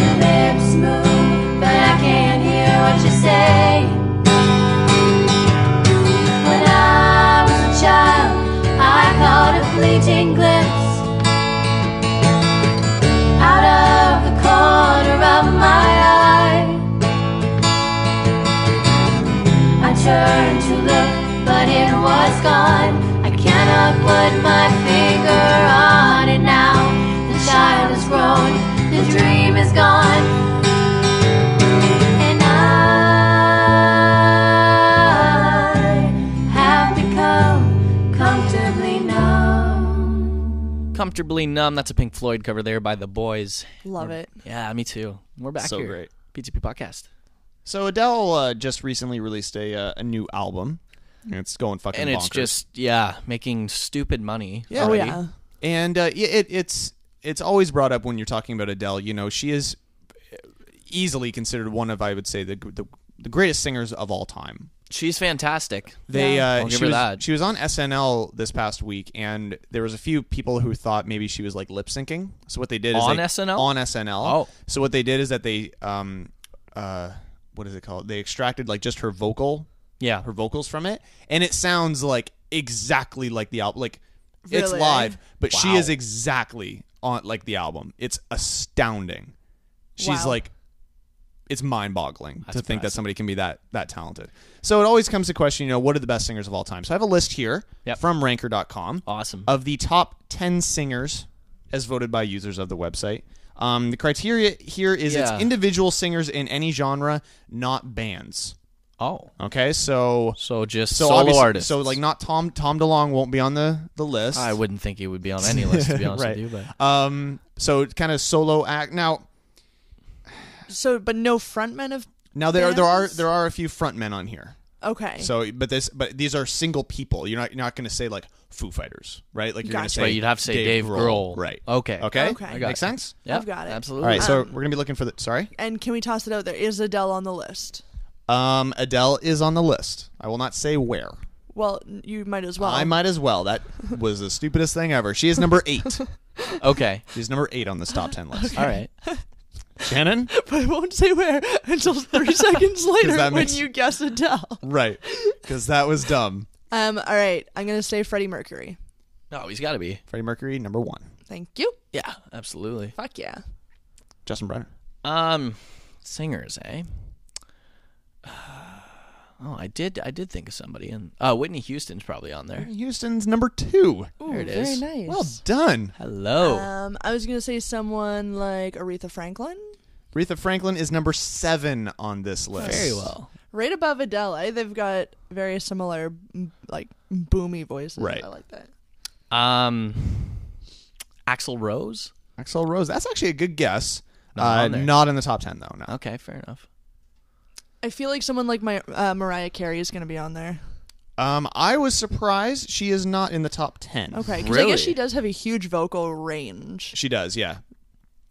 Speaker 6: Your lips move, but I can't hear what you say. When I was a child, I caught a fleeting glimpse out of the corner of my eye. I turned to look, but it was gone. I cannot put my finger on it now. The child is grown, the dream is gone. And I have become comfortably numb.
Speaker 4: Comfortably numb. That's a Pink Floyd cover there by the boys.
Speaker 3: Love it.
Speaker 4: Yeah, me too. We're back
Speaker 1: So
Speaker 4: here.
Speaker 1: great.
Speaker 4: PTP podcast.
Speaker 1: So Adele uh, just recently released a uh, a new album. And It's going fucking
Speaker 4: And it's
Speaker 1: bonkers.
Speaker 4: just yeah, making stupid money.
Speaker 1: Yeah.
Speaker 3: Oh
Speaker 1: Ready?
Speaker 3: yeah.
Speaker 1: and uh, yeah, it, it's it's always brought up when you're talking about Adele. You know, she is easily considered one of I would say the the, the greatest singers of all time.
Speaker 4: She's fantastic.
Speaker 1: They uh,
Speaker 4: I'll give
Speaker 1: she
Speaker 4: her
Speaker 1: was
Speaker 4: that.
Speaker 1: she was on SNL this past week, and there was a few people who thought maybe she was like lip syncing. So what they did is
Speaker 4: On
Speaker 1: they-
Speaker 4: SNL?
Speaker 1: on SNL.
Speaker 4: Oh.
Speaker 1: so what they did is that they um uh what is it called? They extracted like just her vocal
Speaker 4: Yeah.
Speaker 1: her vocals from it, and it sounds like exactly like the album. Like it's
Speaker 3: Really?
Speaker 1: live, but she
Speaker 4: Wow.
Speaker 1: is exactly on like the album. It's astounding. She's
Speaker 3: Wow.
Speaker 1: like, it's mind-boggling to think that
Speaker 4: impressive.
Speaker 1: somebody can be that that talented. So it always comes to question, you know, what are the best singers of all time? So I have a list here
Speaker 4: Yep.
Speaker 1: from Ranker.com
Speaker 4: Awesome.
Speaker 1: of the top ten singers as voted by users of the website. Um, the criteria here is
Speaker 4: Yeah.
Speaker 1: it's individual singers in any genre, not bands.
Speaker 4: oh.
Speaker 1: Okay, so
Speaker 4: So just
Speaker 1: so
Speaker 4: solo
Speaker 1: obviously-
Speaker 4: artists.
Speaker 1: So like not Tom Tom DeLong won't be on the the list.
Speaker 4: I wouldn't think he would be on any list to be honest
Speaker 1: <laughs> Right.
Speaker 4: with you, but
Speaker 1: Um. So kind of solo act. Now
Speaker 3: So, but no frontmen of.
Speaker 1: now there are there are
Speaker 3: Bands?
Speaker 1: there are a few frontmen on here.
Speaker 3: Okay.
Speaker 1: So but this but these are single people. You're not you're not going to say like Foo Fighters, right? Like you're going to
Speaker 3: Gotcha.
Speaker 1: say
Speaker 4: But you'd have to say Dave Grohl.
Speaker 1: right?
Speaker 4: Okay.
Speaker 1: Okay.
Speaker 3: Okay. I got
Speaker 1: Makes
Speaker 4: it.
Speaker 1: sense.
Speaker 4: yeah,
Speaker 3: I've got it. Um,
Speaker 4: Absolutely.
Speaker 1: All right. So we're gonna be looking for the. Sorry.
Speaker 3: and can we toss it out there? Is Adele on the list?
Speaker 1: Um. Adele is on the list. I will not say where.
Speaker 3: Well, n- you might as <laughs> well.
Speaker 1: I might as well. That was the stupidest thing ever. She is
Speaker 3: <laughs>
Speaker 1: number eight.
Speaker 4: okay.
Speaker 1: She's number eight on this top ten list.
Speaker 4: All right.
Speaker 1: Shannon.
Speaker 3: But I won't say where <laughs> until
Speaker 1: <laughs>
Speaker 3: three seconds later
Speaker 1: that
Speaker 3: when
Speaker 1: makes-
Speaker 3: you guess Adele.
Speaker 1: Right. Because that was dumb.
Speaker 3: Um. All right. I'm gonna say Freddie Mercury.
Speaker 4: No, he's got to be.
Speaker 1: Freddie Mercury, number one.
Speaker 3: Thank you.
Speaker 4: Yeah, absolutely.
Speaker 3: Fuck yeah.
Speaker 1: Justin Brenner.
Speaker 4: Um, singers, eh? <sighs> Oh, I did. I did think of somebody, and uh, Whitney Houston's probably on there.
Speaker 1: Houston's number two.
Speaker 4: there it is.
Speaker 3: nice.
Speaker 1: Well oh. done.
Speaker 4: Hello.
Speaker 3: um, I was gonna say someone like Aretha Franklin,
Speaker 1: Aretha Franklin is number seven on this list.
Speaker 4: Very well.
Speaker 3: right above Adele. Eh? They've got very similar, mm, like boomy voices.
Speaker 1: Right.
Speaker 3: I like that.
Speaker 4: Um, Axel Rose.
Speaker 1: Axel Rose. That's actually a good guess.
Speaker 4: Not
Speaker 1: uh,
Speaker 4: on there.
Speaker 1: not in the top ten though. No.
Speaker 4: Okay, fair enough.
Speaker 3: I feel like someone like my uh, Mariah Carey is gonna be on there.
Speaker 1: Um, I was surprised she is not in the top ten.
Speaker 3: Okay, because I
Speaker 4: Really?
Speaker 3: guess she does have a huge vocal range.
Speaker 1: She does. Yeah.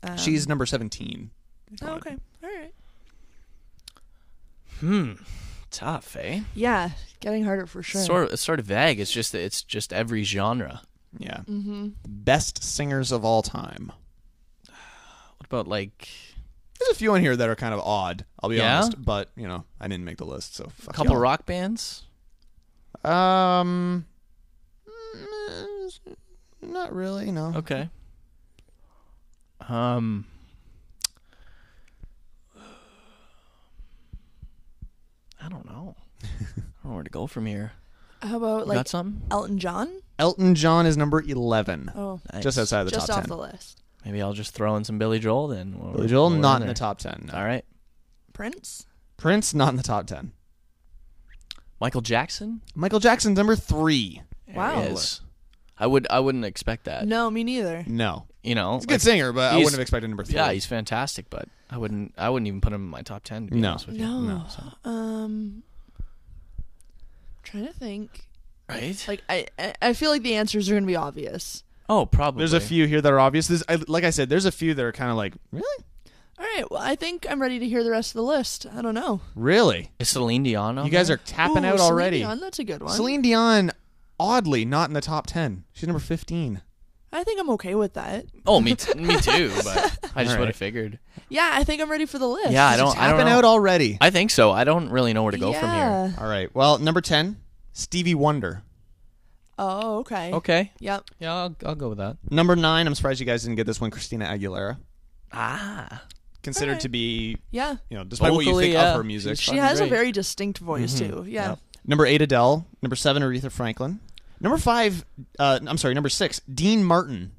Speaker 4: Um,
Speaker 1: She's number seventeen.
Speaker 3: Oh, okay, all right.
Speaker 4: Hmm, Tough, eh?
Speaker 3: Yeah, getting harder for sure.
Speaker 4: Sort of. It's sort of vague. It's just. It's just every genre.
Speaker 1: Yeah. Mm-hmm. Best singers of all time.
Speaker 4: What about like
Speaker 1: There's a few on here that are kind of odd. I'll be
Speaker 4: Yeah?
Speaker 1: honest, but you know, I didn't make the list, so
Speaker 4: a
Speaker 1: fuck
Speaker 4: couple
Speaker 1: y'all.
Speaker 4: rock bands?
Speaker 1: Um, mm, not really. No.
Speaker 4: Okay. Um. I don't
Speaker 1: <laughs>
Speaker 4: know. I don't know where to go from here.
Speaker 3: How about
Speaker 4: You
Speaker 3: like
Speaker 4: got something?
Speaker 3: Elton John?
Speaker 1: Elton John is number eleven,
Speaker 3: Oh,
Speaker 4: Nice.
Speaker 1: just outside the
Speaker 3: just
Speaker 1: top
Speaker 3: off
Speaker 1: ten.
Speaker 3: the list.
Speaker 4: Maybe I'll just throw in some Billy Joel then. while
Speaker 1: Billy
Speaker 4: we're-
Speaker 1: Joel
Speaker 4: while we're
Speaker 1: not in
Speaker 4: there.
Speaker 1: the top ten.
Speaker 4: All right.
Speaker 3: Prince.
Speaker 1: Prince not in the top ten.
Speaker 4: Michael Jackson.
Speaker 1: Michael Jackson's number three.
Speaker 4: There
Speaker 3: Wow.
Speaker 4: he is. I would. I wouldn't expect that.
Speaker 3: No, me neither.
Speaker 1: No,
Speaker 4: You know.
Speaker 1: he's a good singer, but I
Speaker 4: he's-
Speaker 1: wouldn't have expected number three.
Speaker 4: yeah, he's fantastic, but I wouldn't. I wouldn't even put him in my top ten. To be
Speaker 1: No.
Speaker 4: honest with you.
Speaker 3: No. Um, trying to think.
Speaker 4: Right?
Speaker 3: Like I, I- I feel like the answers are gonna be obvious.
Speaker 4: oh, probably.
Speaker 1: There's a few here that are obvious. There's, I, like I said, there's a few that are kind of like, really?
Speaker 3: All right. Well, I think I'm ready to hear the rest of the list. I don't know.
Speaker 1: Really?
Speaker 4: Is Celine Dion on
Speaker 1: You guys
Speaker 4: there?
Speaker 1: are tapping
Speaker 3: Ooh,
Speaker 1: out
Speaker 3: Celine
Speaker 1: already.
Speaker 3: Dion, that's a good one.
Speaker 1: Celine Dion, oddly, not in the top 10. She's number 15.
Speaker 3: I think I'm okay with that.
Speaker 4: Oh, me, t- me
Speaker 3: <laughs>
Speaker 4: too. But I just
Speaker 1: All
Speaker 4: would
Speaker 1: right.
Speaker 4: have figured.
Speaker 3: Yeah, I think I'm ready for the list.
Speaker 4: Yeah, I don't. I don't
Speaker 1: Tapping
Speaker 4: know.
Speaker 1: out already.
Speaker 4: I think so. I don't really know where to go from
Speaker 3: Yeah.
Speaker 4: here.
Speaker 1: All right. Well, number 10, Stevie Wonder.
Speaker 3: Oh, okay.
Speaker 4: Okay.
Speaker 3: Yep.
Speaker 4: Yeah, I'll, I'll go with that.
Speaker 1: Number 9, I'm surprised you guys didn't get this one, Christina Aguilera.
Speaker 4: Ah.
Speaker 1: Considered to be,
Speaker 3: Yeah.
Speaker 1: you know, despite what you
Speaker 4: Vocally,
Speaker 1: think
Speaker 4: yeah.
Speaker 1: of her music.
Speaker 4: She's
Speaker 3: She
Speaker 4: Fucking
Speaker 3: has a
Speaker 4: great. Mm-hmm.
Speaker 3: very distinct voice too. Yeah.
Speaker 1: Number 8, Adele. Number 7, Aretha Franklin. Number 5, uh, I'm sorry, number 6, Dean Martin.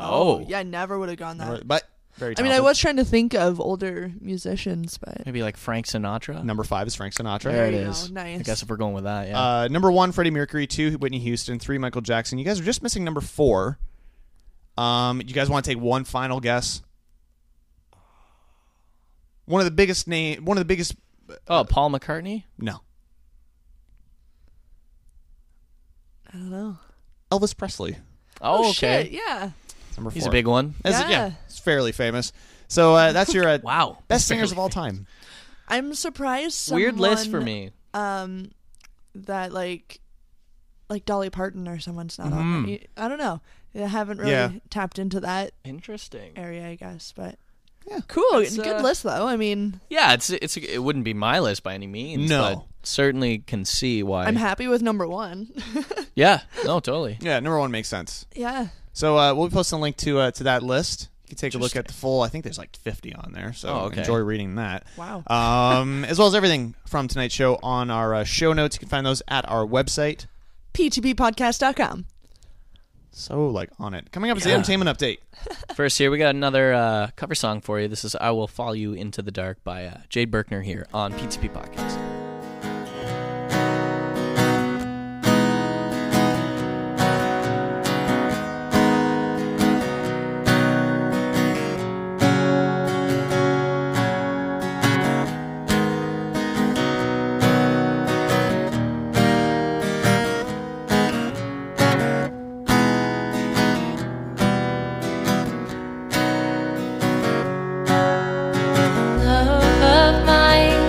Speaker 4: Oh.
Speaker 3: Yeah, I never would have gone that.
Speaker 1: But very
Speaker 3: I mean, I
Speaker 1: talented.
Speaker 3: was trying to think of older musicians, but
Speaker 4: Maybe like Frank Sinatra.
Speaker 1: Number 5 is Frank Sinatra.
Speaker 4: There it
Speaker 3: There you
Speaker 4: is.
Speaker 3: go. Nice.
Speaker 4: I guess if we're going with that, yeah.
Speaker 1: Uh, number one, Freddie Mercury. Two, Whitney Houston. Three, Michael Jackson. You guys are just missing number four. Um, you guys want to take one final guess? One of the biggest name. One of the biggest.
Speaker 4: oh, Paul McCartney.
Speaker 1: No,
Speaker 3: I don't know.
Speaker 1: Elvis Presley.
Speaker 4: Oh, okay.
Speaker 3: shit. Yeah.
Speaker 1: Number four.
Speaker 4: He's a big one.
Speaker 1: That's- yeah.
Speaker 3: Yeah.
Speaker 1: it's fairly famous. So uh, that's your uh,
Speaker 4: <laughs> Wow.
Speaker 1: best singers of all time.
Speaker 3: I'm surprised. Someone,
Speaker 4: Weird list for me.
Speaker 3: Um, that like, like Dolly Parton or someone's not on.
Speaker 4: Mm-hmm.
Speaker 3: there. You- I don't know. I haven't really
Speaker 1: Yeah.
Speaker 3: tapped into that
Speaker 4: Interesting.
Speaker 3: area, I guess. But
Speaker 1: Yeah.
Speaker 3: cool.
Speaker 4: It's,
Speaker 3: Good
Speaker 4: uh,
Speaker 3: list though. I mean,
Speaker 4: Yeah, it's it's it wouldn't be my list by any means.
Speaker 1: No.
Speaker 4: but certainly can see why.
Speaker 3: I'm happy with number one.
Speaker 4: yeah, no, totally.
Speaker 1: <laughs> Yeah, number one makes sense.
Speaker 3: yeah.
Speaker 1: So uh, we'll post a link to uh, to that list. You can take a look at the full. I think there's like 50 on there. So
Speaker 4: Oh, okay.
Speaker 1: enjoy reading that.
Speaker 3: Wow.
Speaker 1: um, <laughs> as well as everything from tonight's show on our uh, show notes. You can find those at our website.
Speaker 3: PTPpodcast.com.
Speaker 1: So like on it. Coming up is the entertainment update.
Speaker 4: <laughs> First, here we got another uh, cover song for you. This is "I Will Follow You Into the Dark" by uh, Jade Berkner here on PTP Podcast.
Speaker 7: Love of mine,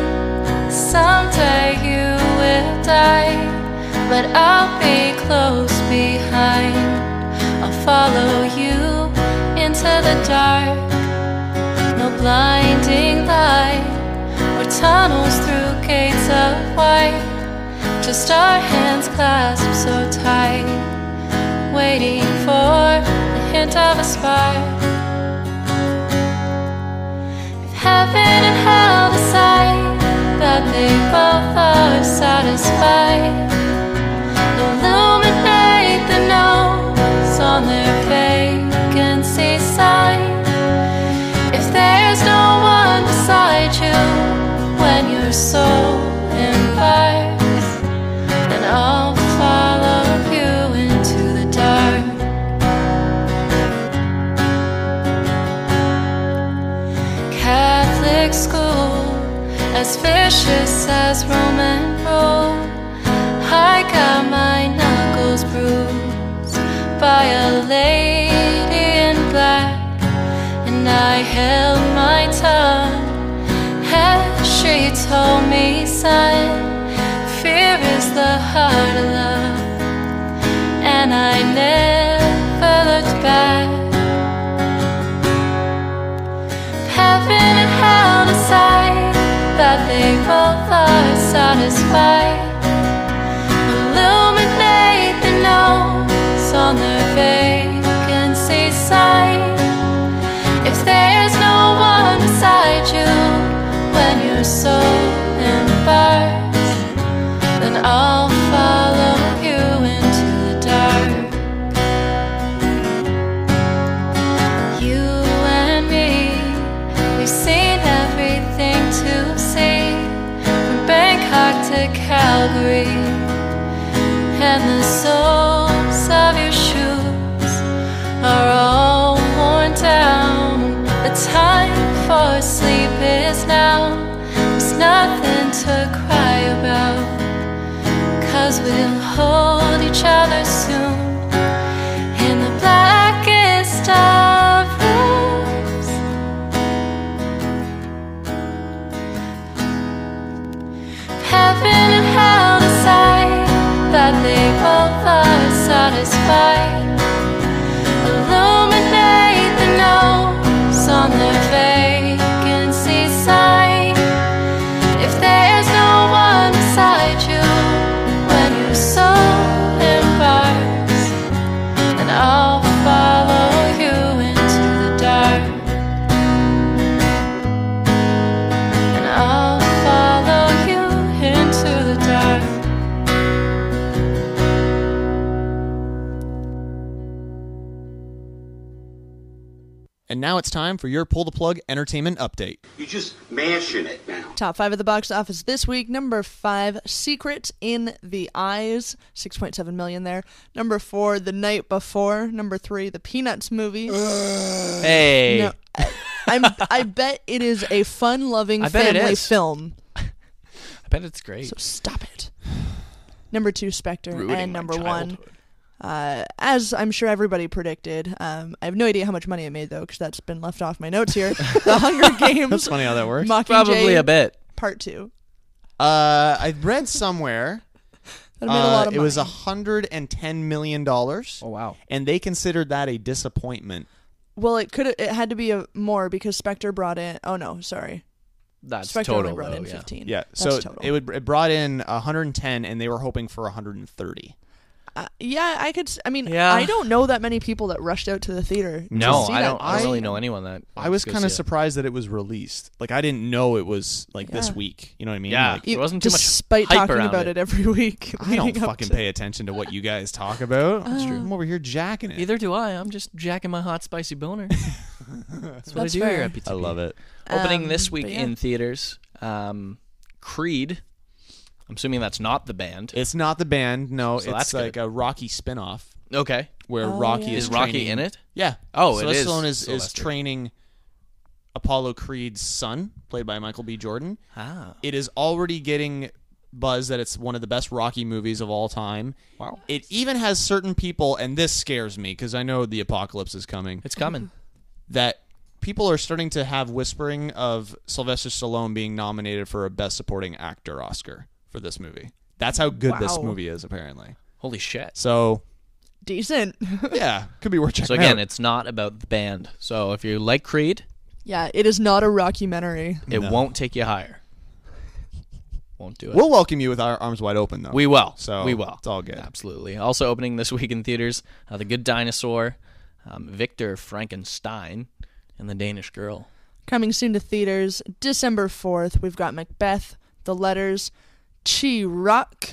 Speaker 7: someday you will die, but I'll be close behind. I'll follow you into the dark. No blinding light or tunnels through gates of white. Just our hands clasped so tight, waiting for the hint of a spark. Heaven and hell decide that they both are satisfied. Illuminate the notes on their vacancy sign. If there's no one beside you when your soul embarks, then I'll follow you into the dark. Catholic school, as vicious as Roman rule. I got my knuckles bruised by a lady in black, and I held my tongue as she told me, son, fear is the heart of love, and I never looked back. Heaven and hell decide that they both are satisfied. Illuminate the notes on their vacancy sign. If there's no one beside you when your soul embarks, then I'll follow you into the dark. You and me, we've seen everything to see from Bangkok to Calgary, and the soles of your shoes are all worn down. The time for sleep is now. There's nothing to cry about, cause hands will hold each other soon. In the blackest of rooms, heaven and hell decide that they both are satisfied. Illuminate the gnomes on their vacancy sign. If there's no one beside you when your soul embarks, then I'll follow you into the dark. And I'll follow you into the dark.
Speaker 1: And now it's time for your pull the plug entertainment update.
Speaker 8: You're just mashing it now.
Speaker 3: Top five of the box office this week. Number five, Secret in the Eyes. 6.7 million there. Number four, The Night Before. Number three, The Peanuts Movie.
Speaker 4: Hey.
Speaker 3: No, I, I'm, I bet it is a fun loving
Speaker 4: I bet it
Speaker 3: family
Speaker 4: is.
Speaker 3: film.
Speaker 4: I bet it's great.
Speaker 3: So stop
Speaker 4: <laughs>
Speaker 3: it. Number two, Spectre. and number one, uh, as I'm sure everybody predicted, um, I have no idea how much money it made though, because that's been left off my notes
Speaker 4: <laughs>
Speaker 3: here. the Hunger <laughs> Games.
Speaker 1: That's funny how that works.
Speaker 3: Mockingjay
Speaker 4: Probably a bit.
Speaker 3: Part two.
Speaker 1: Uh, I read somewhere
Speaker 3: That made a lot
Speaker 1: uh,
Speaker 3: of
Speaker 1: it was
Speaker 3: money.
Speaker 1: hundred and ten million dollars.
Speaker 4: Oh, wow.
Speaker 1: And they considered that a disappointment.
Speaker 3: Well, it could it had to be a more because Spectre brought in. Oh no, sorry.
Speaker 4: That's
Speaker 3: Spectre
Speaker 4: total.
Speaker 3: only brought
Speaker 4: though,
Speaker 3: in
Speaker 4: yeah.
Speaker 3: 15.
Speaker 1: Yeah,
Speaker 3: That's
Speaker 1: so
Speaker 3: total.
Speaker 1: it would it brought in 110, and they were hoping for 130.
Speaker 3: Uh, yeah, I could. s- I mean,
Speaker 4: Yeah.
Speaker 3: I don't know that many people that rushed out to the theater.
Speaker 4: No,
Speaker 3: to see
Speaker 4: I
Speaker 3: that
Speaker 4: don't. I
Speaker 3: movie.
Speaker 4: don't really know anyone that.
Speaker 1: I was
Speaker 4: goes
Speaker 1: kind of
Speaker 4: see it.
Speaker 1: surprised that it was released. Like I didn't know it was like this
Speaker 3: Yeah.
Speaker 1: week. You know what I mean?
Speaker 4: Yeah.
Speaker 1: Like,
Speaker 4: There
Speaker 3: You-
Speaker 4: wasn't too much
Speaker 3: despite
Speaker 4: hype
Speaker 3: talking
Speaker 4: around
Speaker 3: about it.
Speaker 4: it.
Speaker 3: every week.
Speaker 1: I don't
Speaker 3: leading up
Speaker 1: fucking
Speaker 3: to-
Speaker 1: pay attention to what you guys talk about. That's true. I'm over here jacking it.
Speaker 4: Either do I. I'm just jacking my hot spicy
Speaker 1: <laughs>
Speaker 4: boner. That's what
Speaker 3: That's
Speaker 4: I do
Speaker 3: fair.
Speaker 4: here at PTP.
Speaker 1: I love it.
Speaker 4: Opening
Speaker 3: Um,
Speaker 4: this
Speaker 3: but
Speaker 4: week
Speaker 3: yeah.
Speaker 4: in theaters. Um, Creed. I'm assuming that's not the band.
Speaker 1: It's not the band. No,
Speaker 4: So
Speaker 1: it's
Speaker 4: that's
Speaker 1: like
Speaker 4: good.
Speaker 1: a Rocky spinoff
Speaker 4: Okay.
Speaker 1: where
Speaker 3: Oh,
Speaker 1: Rocky
Speaker 3: yeah.
Speaker 1: is
Speaker 4: Is Rocky
Speaker 1: training-
Speaker 4: in it?
Speaker 1: Yeah.
Speaker 4: Oh, it
Speaker 1: Sylvester
Speaker 4: is
Speaker 1: Stallone is, is
Speaker 4: Sylvester.
Speaker 1: training Apollo Creed's son, played by Michael B. Jordan.
Speaker 4: Ah.
Speaker 1: It is already getting buzz that it's one of the best Rocky movies of all time.
Speaker 4: Wow.
Speaker 1: It even has certain people, and this scares me because I know the apocalypse is coming.
Speaker 4: It's coming.
Speaker 1: that people are starting to have whispering of Sylvester Stallone being nominated for a Best Supporting Actor Oscar for this movie. That's how good this
Speaker 3: Wow.
Speaker 1: movie is, apparently.
Speaker 4: Holy shit.
Speaker 1: So
Speaker 3: Decent. <laughs>
Speaker 1: yeah, could be worth checking
Speaker 4: So again,
Speaker 1: out.
Speaker 4: it's not about the band. So if you like Creed,
Speaker 3: yeah, it is not a rockumentary.
Speaker 4: it
Speaker 1: No.
Speaker 4: won't take you higher. Won't do it.
Speaker 1: we'll welcome you with our arms wide open, though.
Speaker 4: We will.
Speaker 1: So
Speaker 4: we will.
Speaker 1: It's all good.
Speaker 4: Absolutely. Also opening this week in theaters, uh, The Good Dinosaur, um, Victor Frankenstein, and The Danish Girl.
Speaker 3: Coming soon to theaters, December 4th, we've got Macbeth, The Letters, Chi Rock.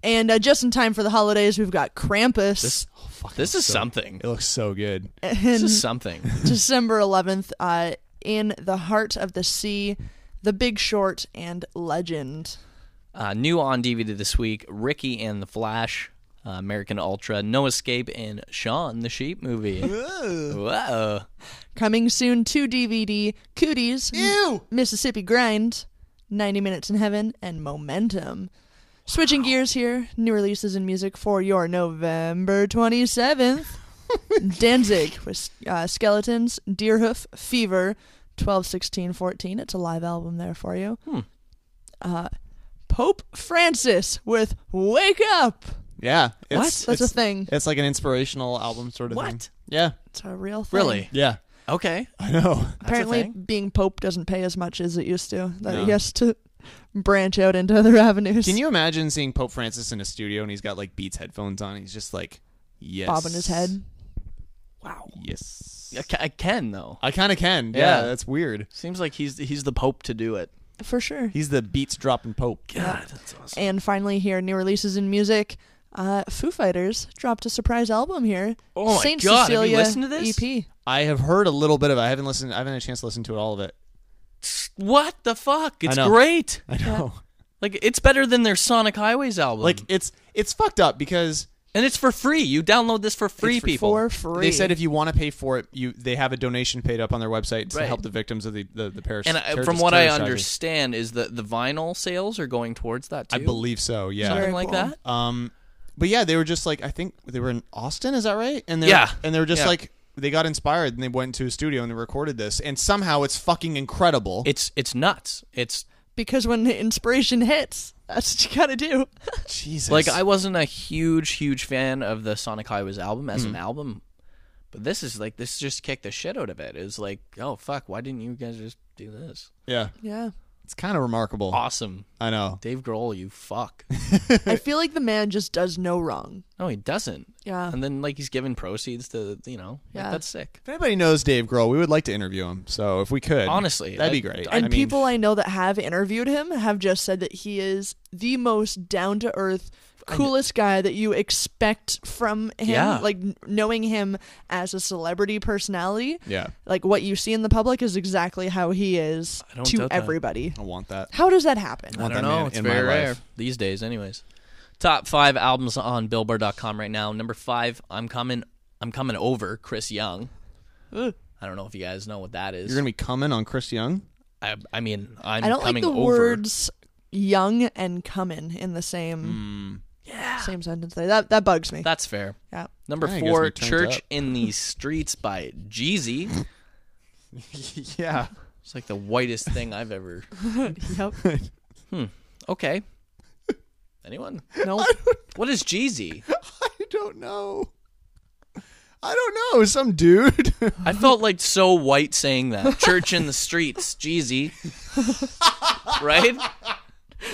Speaker 3: And uh, just in time for the holidays, we've got Krampus.
Speaker 4: This, this is something.
Speaker 1: It looks so good.
Speaker 4: This is
Speaker 3: <laughs>
Speaker 4: something. <laughs>
Speaker 3: December 11th, uh, In the Heart of the Sea, The Big Short, and Legend.
Speaker 4: Uh, new on DVD this week: Ricky and the Flash, uh, American Ultra, No Escape, and Sean the Sheep
Speaker 1: <laughs>
Speaker 4: movie. Whoa!
Speaker 3: Coming soon to DVD, Cooties, Mississippi Grind, 90 Minutes in Heaven, and Momentum. Switching gears here, new releases in music for your November 27th. Danzig with uh, Skeletons, Deerhoof, Fever, 12, 16, 14. It's a live album there for you. Uh, Pope Francis with Wake Up.
Speaker 1: Yeah. It's,
Speaker 3: That's a
Speaker 1: it's-
Speaker 3: thing.
Speaker 1: It's like an inspirational album sort of thing.
Speaker 4: What?
Speaker 1: Yeah.
Speaker 3: It's a real thing.
Speaker 4: Really?
Speaker 1: Yeah.
Speaker 4: Okay.
Speaker 1: I know.
Speaker 3: Apparently,
Speaker 4: thing?
Speaker 3: being Pope doesn't pay as much as it used to. That He has to <laughs> branch out into other avenues.
Speaker 1: Can
Speaker 3: <laughs>
Speaker 1: you imagine seeing Pope Francis in a studio and he's got like Beats headphones on? He's just like, yes,
Speaker 3: bobbing his head?
Speaker 1: Yes.
Speaker 4: I, ca- I can though.
Speaker 1: I kind of can.
Speaker 4: Yeah.
Speaker 1: yeah, that's weird.
Speaker 4: Seems like he's he's the Pope to do it.
Speaker 3: For sure.
Speaker 1: He's the beats dropping pope.
Speaker 4: God, that's awesome.
Speaker 3: And finally, here, new releases in music. Uh, Foo Fighters dropped a surprise album here.
Speaker 4: Oh my
Speaker 3: Saint
Speaker 4: God, have you
Speaker 3: Cecilia E
Speaker 4: listened to this?
Speaker 3: EP.
Speaker 1: I have heard a little bit of it. I haven't listened. I haven't had a chance to listen to it all of it.
Speaker 4: What the fuck? It's
Speaker 1: know.
Speaker 4: great.
Speaker 1: I know.
Speaker 4: Like it's better than their Sonic Highways album.
Speaker 1: Like it's it's fucked up because
Speaker 4: And it's for free. You download this for free,
Speaker 1: for
Speaker 4: people.
Speaker 3: for free.
Speaker 1: They said if you want to pay for it, you they have a donation paid up on their website to
Speaker 4: Right.
Speaker 1: help the victims of the the, the Paris.
Speaker 4: and I,
Speaker 1: terrorist-
Speaker 4: from what I
Speaker 1: terrorist attack.
Speaker 4: understand, is that the vinyl sales are going towards that too.
Speaker 1: I believe so. Yeah.
Speaker 4: something
Speaker 3: Very
Speaker 4: like
Speaker 3: cool.
Speaker 4: that.
Speaker 1: Um, but yeah, they were just like I think they were in Austin, is that right? And they
Speaker 4: Yeah.
Speaker 1: were, and they were just
Speaker 4: Yeah.
Speaker 1: like they got inspired and they went to a studio and they recorded this, and somehow it's fucking incredible.
Speaker 4: It's it's nuts. It's
Speaker 3: because when the inspiration hits, <laughs> that's what you gotta do.
Speaker 1: Jesus,
Speaker 4: like I wasn't a huge huge fan of the Sonic Highways album
Speaker 1: Mm-hmm.
Speaker 4: as an album, but this is like this just kicked the shit out of it. It's like oh fuck, why didn't you guys just do this?
Speaker 1: yeah,
Speaker 3: yeah.
Speaker 1: it's kind of remarkable.
Speaker 4: Awesome,
Speaker 1: I know.
Speaker 4: Dave Grohl, you fuck.
Speaker 3: <laughs> I feel like the man just does no wrong.
Speaker 4: no, he doesn't.
Speaker 3: Yeah.
Speaker 4: and then like he's giving proceeds to you know like,
Speaker 3: Yeah.
Speaker 4: that's sick.
Speaker 1: If anybody knows Dave Grohl, we would like to interview him. So if we could,
Speaker 4: Honestly,
Speaker 1: that'd be
Speaker 4: I-
Speaker 1: great.
Speaker 4: I
Speaker 3: And
Speaker 1: mean,
Speaker 3: people I know that have interviewed him have just said that he is the most down to earth, coolest guy that you expect from him.
Speaker 4: Yeah.
Speaker 3: Like n- knowing him as a celebrity personality.
Speaker 1: Yeah.
Speaker 3: Like what you see in the public is exactly how he is
Speaker 4: don't
Speaker 3: to
Speaker 4: doubt that.
Speaker 3: everybody.
Speaker 1: I want that.
Speaker 3: How does that happen?
Speaker 1: want
Speaker 4: I
Speaker 1: that
Speaker 4: don't know.
Speaker 1: man
Speaker 4: It's
Speaker 1: in
Speaker 4: very
Speaker 1: my life.
Speaker 4: rare these days, anyways. Top five albums on Billboard.com right now. Number five, I'm coming. I'm coming over Chris Young.
Speaker 3: Ugh.
Speaker 4: I don't know if you guys know what that is.
Speaker 1: You're gonna be coming on Chris Young.
Speaker 4: I, I mean, I'm
Speaker 3: I don't like
Speaker 4: coming
Speaker 3: the
Speaker 4: over.
Speaker 3: words young and coming in the
Speaker 1: Mm. Hmm.
Speaker 3: same same sentence. There. That that bugs me.
Speaker 4: That's fair.
Speaker 3: yeah.
Speaker 4: Number
Speaker 1: Yeah, it gets me
Speaker 4: four,
Speaker 1: turned
Speaker 4: Church
Speaker 1: up.
Speaker 4: in
Speaker 1: <laughs>
Speaker 4: the Streets by Jeezy.
Speaker 1: Yeah.
Speaker 4: It's like the whitest thing I've ever.
Speaker 3: <laughs>
Speaker 4: Hmm.
Speaker 3: Yep.
Speaker 4: Okay. Anyone?
Speaker 3: no.
Speaker 4: What is Jeezy?
Speaker 1: I don't know. I don't know. Some dude.
Speaker 4: I felt like so white saying that. Church in the
Speaker 3: <laughs>
Speaker 4: streets, Jeezy. right?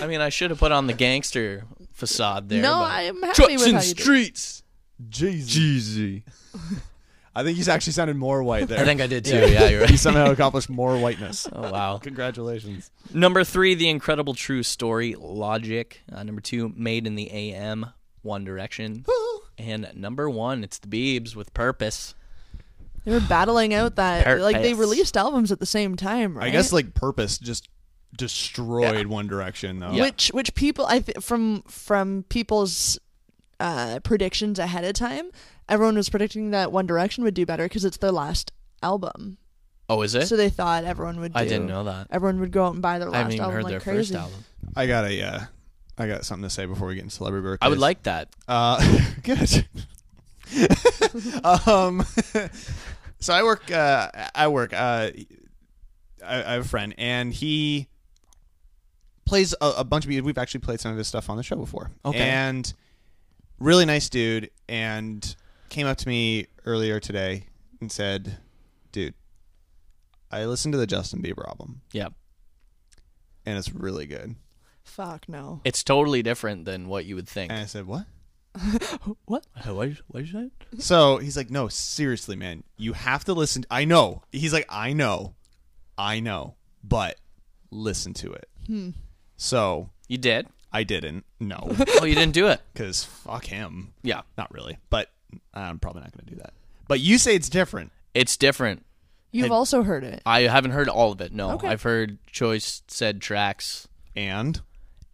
Speaker 4: I mean, I should have put on the gangster facade there.
Speaker 3: No,
Speaker 4: but-
Speaker 3: I am happy
Speaker 4: Church
Speaker 3: with
Speaker 4: in
Speaker 3: how
Speaker 4: the
Speaker 3: you did.
Speaker 4: streets.
Speaker 1: Jeezy. Jeezy. <laughs> I think he's actually sounded more white there.
Speaker 4: I think I did too. Yeah, you're right.
Speaker 1: somehow accomplished more whiteness.
Speaker 4: Oh wow.
Speaker 1: <laughs> Congratulations.
Speaker 4: Number three, The Incredible True Story, Logic. Uh, number two, Made in the AM, One Direction. And number one, it's the Beebs with Purpose.
Speaker 3: They were battling out that like they
Speaker 4: Purpose.
Speaker 3: released albums at the same time, right?
Speaker 1: I guess like purpose just destroyed One Direction though.
Speaker 3: which which people I th- from from people's uh, predictions ahead of time, everyone was predicting that One Direction would do better because it's their last album.
Speaker 4: Oh, is it?
Speaker 3: So they thought everyone would. Do,
Speaker 4: I didn't know that.
Speaker 3: Everyone would go out and buy their
Speaker 4: I haven't
Speaker 3: last
Speaker 4: even
Speaker 3: album
Speaker 4: heard
Speaker 3: like
Speaker 4: their
Speaker 3: crazy.
Speaker 4: first album.
Speaker 1: I got a uh, I got something to say before we get into celebrity birthdays.
Speaker 4: I would like that.
Speaker 1: Uh, <laughs> good. um, <laughs> so I work. Uh, I work. Uh, I, I have a friend, and he plays a, a bunch of. We've actually played some of his stuff on the show before.
Speaker 4: Okay.
Speaker 1: and really nice dude, and came up to me earlier today and said, "Dude, I listened to the Justin Bieber album,
Speaker 4: Yeah.
Speaker 1: and it's really good."
Speaker 3: Fuck no. <laughs>
Speaker 4: It's totally different than what you would think.
Speaker 1: And I said, "What?"
Speaker 3: What?
Speaker 4: What is, what is that?
Speaker 1: So he's like, no, seriously, man, you have to listen. I know. He's like, I know, I know, but listen to it. So
Speaker 4: You did?
Speaker 1: I didn't. No,
Speaker 4: <laughs> Oh, you didn't do
Speaker 1: <laughs>
Speaker 4: it.
Speaker 1: because fuck him.
Speaker 4: Yeah,
Speaker 1: Not really, but I'm probably not going to do that. But you say it's different.
Speaker 4: it's different.
Speaker 3: You've also heard it.
Speaker 4: I haven't heard all of it. No,
Speaker 3: Okay.
Speaker 4: I've heard choice said tracks,
Speaker 1: And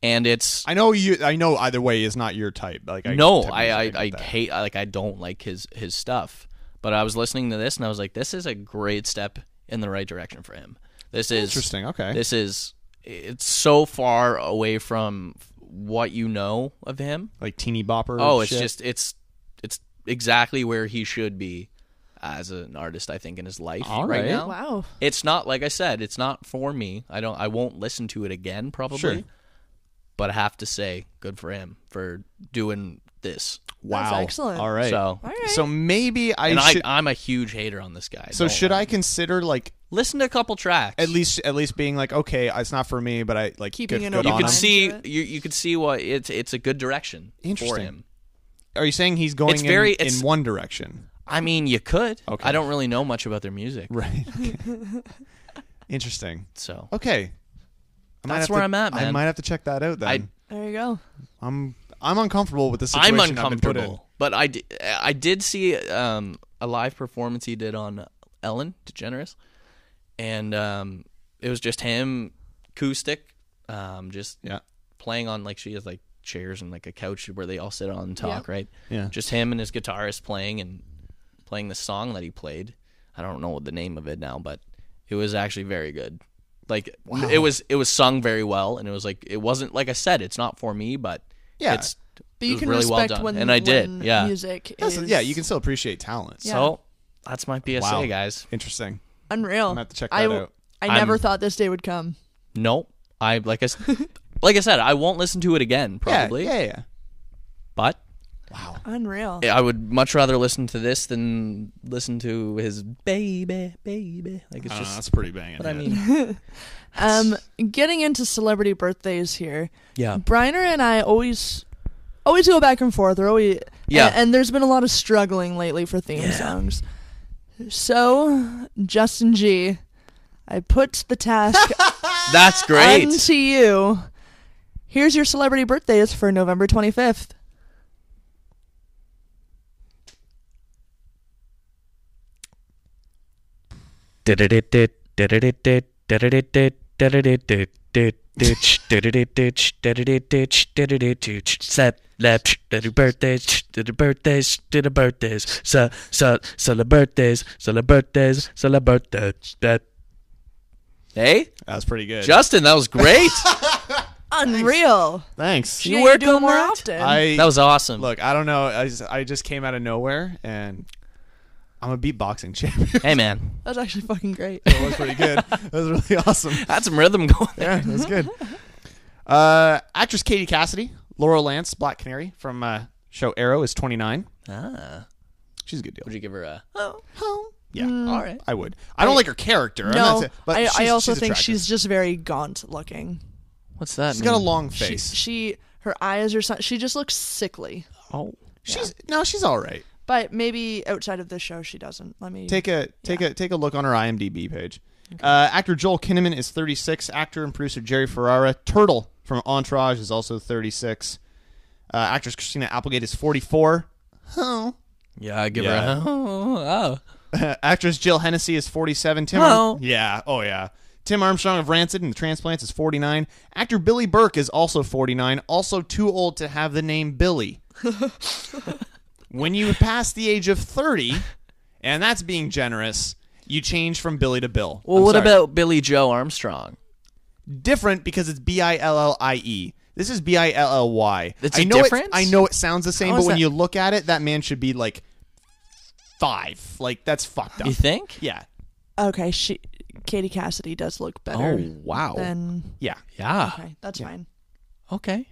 Speaker 4: and it's
Speaker 1: I know you, I know either way is not your type. Like, I
Speaker 4: no.
Speaker 1: type
Speaker 4: I I,
Speaker 1: music,
Speaker 4: I
Speaker 1: get that.
Speaker 4: hate like I don't like his his stuff. But I was listening to this and I was like, this is a great step in the right direction for him. This is
Speaker 1: Interesting. Okay.
Speaker 4: This is it's so far away from what you know of him.
Speaker 1: like teeny bopper.
Speaker 4: Oh, it's
Speaker 1: shit.
Speaker 4: just it's it's exactly where he should be as an artist. I think in his life
Speaker 1: All
Speaker 4: right
Speaker 1: right.
Speaker 4: now.
Speaker 3: Wow.
Speaker 4: It's not like I said, it's not for me. I don't I won't listen to it again probably.
Speaker 1: Sure.
Speaker 4: But I have to say, good for him for doing this.
Speaker 1: wow.
Speaker 3: excellent.
Speaker 1: All right.
Speaker 4: So
Speaker 1: so maybe I
Speaker 4: and
Speaker 1: should.
Speaker 4: I I'm a huge hater on this guy.
Speaker 1: so
Speaker 4: Don't
Speaker 1: should
Speaker 4: like-
Speaker 1: I consider like
Speaker 4: listen to a couple tracks?
Speaker 1: at least at least being like okay uh, it's not for me but i like
Speaker 3: Keeping
Speaker 1: good,
Speaker 3: an
Speaker 1: good
Speaker 3: open
Speaker 4: you
Speaker 1: on
Speaker 4: could
Speaker 1: him.
Speaker 3: mind.
Speaker 4: see
Speaker 3: Onto it.
Speaker 4: you you could see what it's it's a good direction for
Speaker 1: Interesting.
Speaker 4: him.
Speaker 1: are you saying he's going
Speaker 4: It's very-
Speaker 1: in,
Speaker 4: it's-
Speaker 1: in one direction
Speaker 4: I mean, you could.
Speaker 1: Okay.
Speaker 4: I don't really know much about their music.
Speaker 1: right okay. <laughs> interesting
Speaker 4: So
Speaker 1: okay I might
Speaker 4: That's
Speaker 1: have
Speaker 4: where
Speaker 1: to-
Speaker 4: I'm at,
Speaker 1: i
Speaker 4: man.
Speaker 1: might have to check that out then
Speaker 4: I-
Speaker 3: There you go.
Speaker 1: i'm i'm uncomfortable with the
Speaker 4: I'm
Speaker 1: situation I've been put in.
Speaker 4: uncomfortable. But I, di- I did see um, a live performance he did on Ellen DeGeneres, and um, it was just him acoustic, um, just
Speaker 1: yeah
Speaker 4: playing on like she has like chairs and like a couch where they all sit on and talk, right?
Speaker 1: Yeah.
Speaker 4: Just him and his guitarist playing and playing the song that he played. I don't know the name of it now, but it was actually very good. Like it was it was sung very well and it was like it wasn't like I said, it's not for me, but
Speaker 1: Yeah.
Speaker 4: it's
Speaker 3: But
Speaker 4: it
Speaker 3: you
Speaker 4: was
Speaker 3: can
Speaker 4: really well
Speaker 3: respect
Speaker 4: done.
Speaker 3: when
Speaker 4: and I did.
Speaker 3: when
Speaker 4: yeah.
Speaker 3: music
Speaker 1: That's-
Speaker 3: is
Speaker 1: yeah, you can still appreciate talent.
Speaker 3: Yeah.
Speaker 4: So that's my PSA,
Speaker 1: Wow.
Speaker 4: guys.
Speaker 1: Interesting.
Speaker 3: unreal.
Speaker 1: gonna have to check
Speaker 3: I,
Speaker 1: that out.
Speaker 3: I never
Speaker 4: I'm-
Speaker 3: thought this day would come.
Speaker 4: Nope. I like I <laughs> s- like I said, I won't listen to it again probably,
Speaker 1: Yeah, yeah, yeah.
Speaker 4: but
Speaker 3: Unreal.
Speaker 4: I would much rather listen to this than listen to his baby, baby. Like it's
Speaker 1: I don't know,
Speaker 4: just
Speaker 1: Uh, that's pretty banging.
Speaker 4: what I
Speaker 1: yeah.
Speaker 4: mean.
Speaker 3: <laughs> Um, getting into celebrity birthdays here.
Speaker 4: Yeah.
Speaker 3: Briner and I always always go back and forth. Or always
Speaker 4: Yeah.
Speaker 3: And, and there's been a lot of struggling lately for theme songs. So Justin G, I put the task
Speaker 4: <laughs>
Speaker 1: <laughs>
Speaker 4: That's great.
Speaker 3: unto you. Here's your celebrity birthdays for November 25th.
Speaker 4: <laughs>
Speaker 9: Set left the birthdays, the birthdays, the birthdays, so so so the birthdays, so the birthdays, so the birthdays. That
Speaker 4: hey,
Speaker 1: That was pretty good.
Speaker 4: Justin, that was great.
Speaker 3: Unreal.
Speaker 1: Thanks.
Speaker 3: Yeah,
Speaker 4: work
Speaker 3: do it
Speaker 4: on
Speaker 3: more
Speaker 4: that?
Speaker 3: often.
Speaker 1: I
Speaker 4: that was awesome.
Speaker 1: look. I don't know. I just, I just came out of nowhere, and I'm a beatboxing <laughs> champion.
Speaker 4: Hey man,
Speaker 3: That's actually fucking great.
Speaker 1: that was
Speaker 3: <laughs>
Speaker 1: pretty good. That was really
Speaker 4: <laughs>
Speaker 1: awesome.
Speaker 4: had some rhythm going there.
Speaker 1: Yeah, that
Speaker 4: <laughs>
Speaker 1: was good. Uh, actress Katie Cassidy, Laura Lance, Black Canary from uh, show Arrow is 29.
Speaker 4: Ah.
Speaker 1: She's a good deal. Oh,
Speaker 4: Would you give her a? Mm.
Speaker 1: Yeah,
Speaker 4: All right.
Speaker 1: I would. I don't like her character. I'm not
Speaker 3: no,
Speaker 1: saying- but
Speaker 3: I,
Speaker 1: she's,
Speaker 3: I also
Speaker 1: she's
Speaker 3: think
Speaker 1: attractive.
Speaker 3: she's just very gaunt looking.
Speaker 4: What's that?
Speaker 1: She's got a
Speaker 4: mean?
Speaker 1: long
Speaker 3: She,
Speaker 1: face.
Speaker 3: she, her eyes are. so- She just looks sickly.
Speaker 4: Oh.
Speaker 1: she's no, she's all right.
Speaker 3: But maybe outside of the show, she doesn't. Let me
Speaker 1: Take a take a take a look on her IMDb page. Uh, actor Joel Kinnaman is 36. Actor and producer Jerry Ferrara, Turtle from Entourage, is also 36. Uh, actress Christina Applegate is 44. Oh.
Speaker 4: Yeah, I give her.
Speaker 1: Yeah.
Speaker 4: A, <laughs> oh, oh.
Speaker 1: <laughs> Actress Jill Hennessy is 47. Tim
Speaker 4: Hello.
Speaker 1: yeah, oh yeah. Tim Armstrong of Rancid and the Transplants is 49. Actor Billy Burke is also 49, also too old to have the
Speaker 4: <laughs>
Speaker 1: name Billy. when you pass the age of 30, and that's being generous, you change from Billy to Bill.
Speaker 4: Well,
Speaker 1: I'm
Speaker 4: what
Speaker 1: sorry.
Speaker 4: about Billy Joe Armstrong?
Speaker 1: different because it's B I L L I E. This is B I L L Y.
Speaker 4: It's
Speaker 1: I
Speaker 4: a
Speaker 1: know it-
Speaker 4: difference?
Speaker 1: I know it sounds the same,
Speaker 4: How
Speaker 1: but
Speaker 4: is
Speaker 1: when
Speaker 4: that-
Speaker 1: you look at it, that man should be like five. Like that's fucked up.
Speaker 4: You think?
Speaker 1: Yeah.
Speaker 3: Okay, she, Katie Cassidy does look better.
Speaker 1: Oh,
Speaker 4: wow.
Speaker 3: Than
Speaker 1: Yeah.
Speaker 4: yeah.
Speaker 3: okay, that's fine.
Speaker 4: Okay.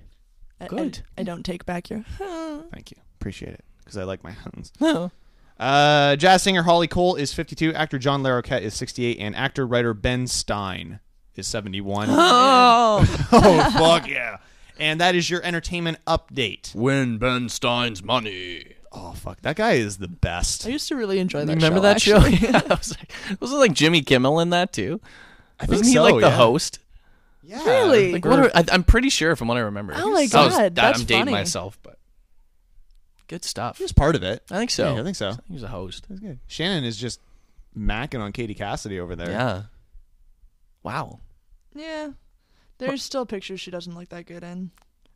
Speaker 3: I- I-
Speaker 4: Good.
Speaker 3: I, don't take back your. <laughs>
Speaker 1: Thank you. Appreciate it because I like
Speaker 4: <laughs>
Speaker 1: my hounds.
Speaker 4: No.
Speaker 1: Uh, jazz singer Holly Cole is 52. Actor John Larroquette is 68. And actor writer Ben Stein
Speaker 4: <gasps>
Speaker 1: is 71. oh, <laughs> fuck yeah. And that is your entertainment update.
Speaker 9: win Ben Stein's money.
Speaker 1: Oh, fuck. That guy is the best.
Speaker 3: I used to really enjoy that.
Speaker 4: Remember
Speaker 3: show,
Speaker 4: that
Speaker 3: actually.
Speaker 4: show? <laughs> Yeah, I was like, wasn't like Jimmy Kimmel in that too?
Speaker 1: I think
Speaker 4: Wasn't he
Speaker 1: so,
Speaker 4: like the
Speaker 1: yeah.
Speaker 4: host?
Speaker 1: Yeah.
Speaker 3: Really?
Speaker 4: Like, what are, I, I'm pretty sure from what I remember.
Speaker 3: Oh my
Speaker 4: So I was-
Speaker 3: God,
Speaker 4: that-
Speaker 3: that's
Speaker 4: I'm dating
Speaker 3: funny.
Speaker 4: myself, but good stuff.
Speaker 1: He was part of it.
Speaker 4: I think so.
Speaker 1: Yeah, I think so.
Speaker 4: He was a host.
Speaker 1: That's good. Shannon is just macking on Katie Cassidy over there.
Speaker 4: Yeah. Wow.
Speaker 3: Yeah, there's still pictures she doesn't look that good in.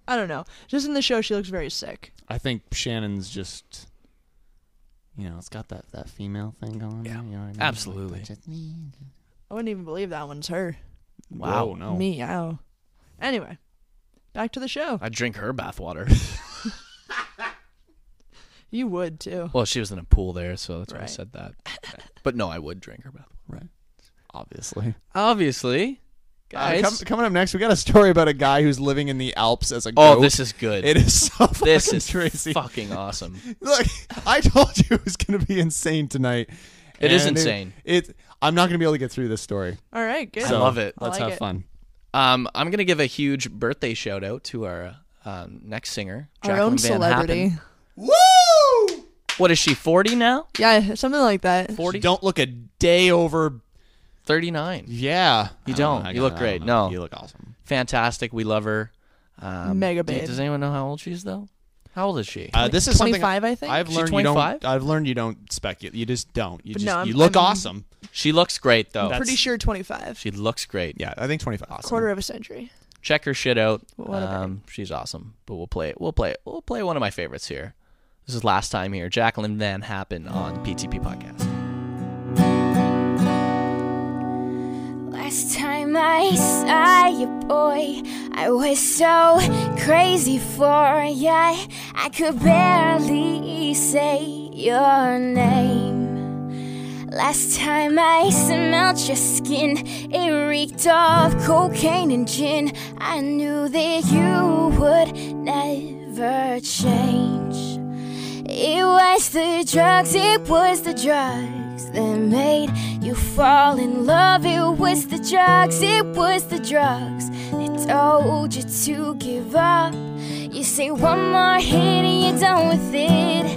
Speaker 3: I don't know. Just in the show, she looks very sick.
Speaker 1: I think Shannon's just, you know, it's got that, that female thing going. Yeah. You know what I mean?
Speaker 4: Absolutely.
Speaker 1: Like, just me.
Speaker 3: I wouldn't even believe that one's her.
Speaker 4: Wow.
Speaker 1: Whoa, no.
Speaker 3: Meow. Anyway, back to the show.
Speaker 4: I drink her
Speaker 1: <laughs>
Speaker 4: bathwater.
Speaker 3: You would too.
Speaker 4: well, she was in a pool there, so that's why I
Speaker 3: Right.
Speaker 4: said that. But no, I would drink her bathwater.
Speaker 1: Right. Obviously.
Speaker 4: Obviously,
Speaker 1: Uh,
Speaker 4: guys.
Speaker 1: com- coming up next, we got a story about a guy who's living in the Alps as a
Speaker 4: oh,
Speaker 1: goat.
Speaker 4: this is good.
Speaker 1: it is so fucking
Speaker 4: this is
Speaker 1: crazy.
Speaker 4: fucking awesome.
Speaker 1: <laughs> Look, I told you it was going to be insane tonight.
Speaker 4: It is
Speaker 1: And
Speaker 4: insane.
Speaker 1: It, I'm not going to be able to get through this story.
Speaker 3: All right, good.
Speaker 1: So,
Speaker 4: love it. I
Speaker 1: Let's
Speaker 3: like
Speaker 1: have
Speaker 3: it.
Speaker 1: fun.
Speaker 4: Um, I'm gonna give a huge birthday shout out to our um, next singer,
Speaker 3: Our
Speaker 4: Jacqueline
Speaker 3: own
Speaker 4: Van
Speaker 3: celebrity.
Speaker 4: Happen. What is she? Forty now?
Speaker 3: Yeah, something like that.
Speaker 4: 40?
Speaker 1: Don't look a day over.
Speaker 4: Thirty-nine.
Speaker 1: Yeah.
Speaker 4: You
Speaker 1: I
Speaker 4: don't.
Speaker 1: know. I
Speaker 4: You look
Speaker 1: don't
Speaker 4: great.
Speaker 1: know.
Speaker 4: No.
Speaker 1: You look awesome.
Speaker 4: Fantastic. We love her. Um,
Speaker 3: Mega
Speaker 4: do-
Speaker 3: babe.
Speaker 4: Does anyone know how old she is though? How old is she?
Speaker 1: Uh, this is something
Speaker 3: 25, I think?
Speaker 1: I've
Speaker 4: She's
Speaker 1: learned you don't.
Speaker 4: 25?
Speaker 1: I've learned you don't speculate. You just don't. You just
Speaker 3: no, I'm-
Speaker 1: you look
Speaker 3: I'm-
Speaker 1: awesome.
Speaker 4: she looks great though.
Speaker 3: Pretty sure 25.
Speaker 4: She looks great.
Speaker 1: Yeah, I think 25.
Speaker 3: Quarter of a century.
Speaker 4: check her shit out.
Speaker 3: What a babe.
Speaker 4: Um, she's awesome. But we'll play it. We'll play it. We'll play one of my favorites here. This is last time here. Jacqueline Van Happen on PTP podcast.
Speaker 10: Last time I saw you, boy, I was so crazy for ya. I could barely say your name. Last time I smelled your skin, it reeked of cocaine and gin. I knew that you would never change. It was the drugs, it was the drugs that made you fall in love. It was the drugs, it was the drugs that told you to give up. You say one more hit and you're done with it.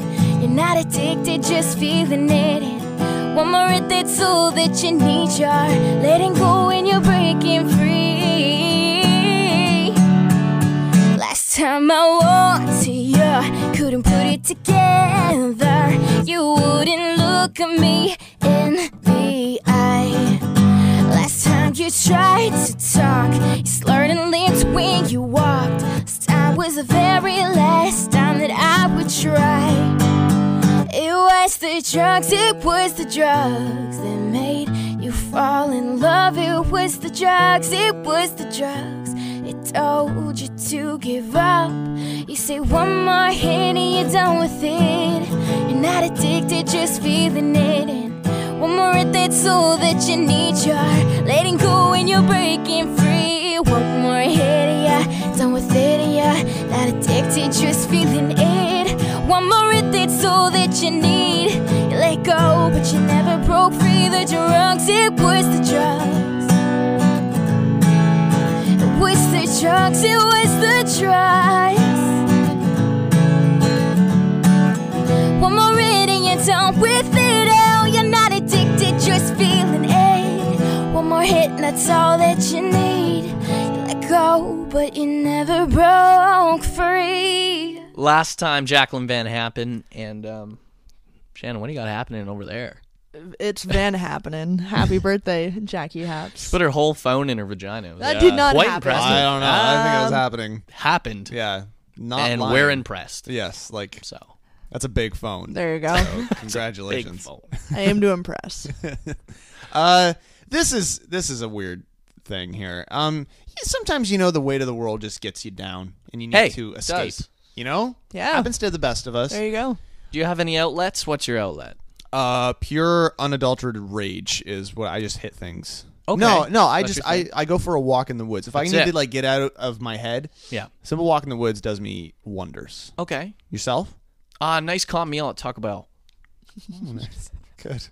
Speaker 10: You're not addicted, just feeling it. One more hit, that's all that you need. You're letting go and you're breaking free. Last time I walked to you, couldn't put it together. You wouldn't look at me in the eye. Last time you tried to talk, you slurred and limped when you walked. This time was the very last time that I would try. It was the drugs, it was the drugs that made you fall in love. It was the drugs, it was the drugs. It told you to give up. You say one more hit and you're done with it. You're not addicted, just feeling it. And one more hit, that's all that you need. You're letting go and you're breaking free. One more hit, yeah, done with it, yeah. Not addicted, just feeling it. One more hit, that's all that you need. You let go, but you never broke free. The drugs, it was the drugs. It was the drugs, it was the drugs. One more hit and you're done with it. Oh, you're not addicted, just feeling it. One more hit and that's all that you need. You let go, but you never broke free.
Speaker 4: Last time Jacqueline Van Happen and um, Shannon, what do you got happening over there?
Speaker 3: It's Van happening. Happy birthday, Jackie Haps.
Speaker 4: Put her whole phone in her vagina. It was uh,
Speaker 3: That did not
Speaker 4: quite
Speaker 3: happen.
Speaker 4: impressive.
Speaker 1: I don't know. I think it was happening.
Speaker 4: Happened.
Speaker 1: Yeah, not
Speaker 4: and
Speaker 1: lying.
Speaker 4: we're impressed.
Speaker 1: Yes, like
Speaker 4: So
Speaker 1: that's a big phone.
Speaker 3: there you
Speaker 4: <laughs>
Speaker 3: go.
Speaker 1: So,
Speaker 4: big
Speaker 1: Oh, congratulations.
Speaker 4: phone.
Speaker 3: I am to
Speaker 4: <laughs>
Speaker 3: impress.
Speaker 1: Uh, this is this is a weird thing here. Um, sometimes you know the weight of the world just gets you down, and you need
Speaker 4: Hey,
Speaker 1: to
Speaker 4: it
Speaker 1: escape.
Speaker 4: does.
Speaker 1: You know,
Speaker 3: Yeah.
Speaker 1: happens to the best of us.
Speaker 3: There you go.
Speaker 4: Do you have any outlets? What's your outlet?
Speaker 1: Uh, pure unadulterated rage is what I just hit things.
Speaker 4: Okay.
Speaker 1: No, no, I
Speaker 4: That's
Speaker 1: just
Speaker 4: your
Speaker 1: I, I go for a walk in the woods. If
Speaker 4: That's
Speaker 1: I need
Speaker 4: it.
Speaker 1: to like get out of my head,
Speaker 4: Yeah.
Speaker 1: simple walk in the woods does me wonders.
Speaker 4: Okay.
Speaker 3: <laughs>
Speaker 1: Yourself?
Speaker 4: Uh, nice calm meal at Taco Bell.
Speaker 1: Oh, Good.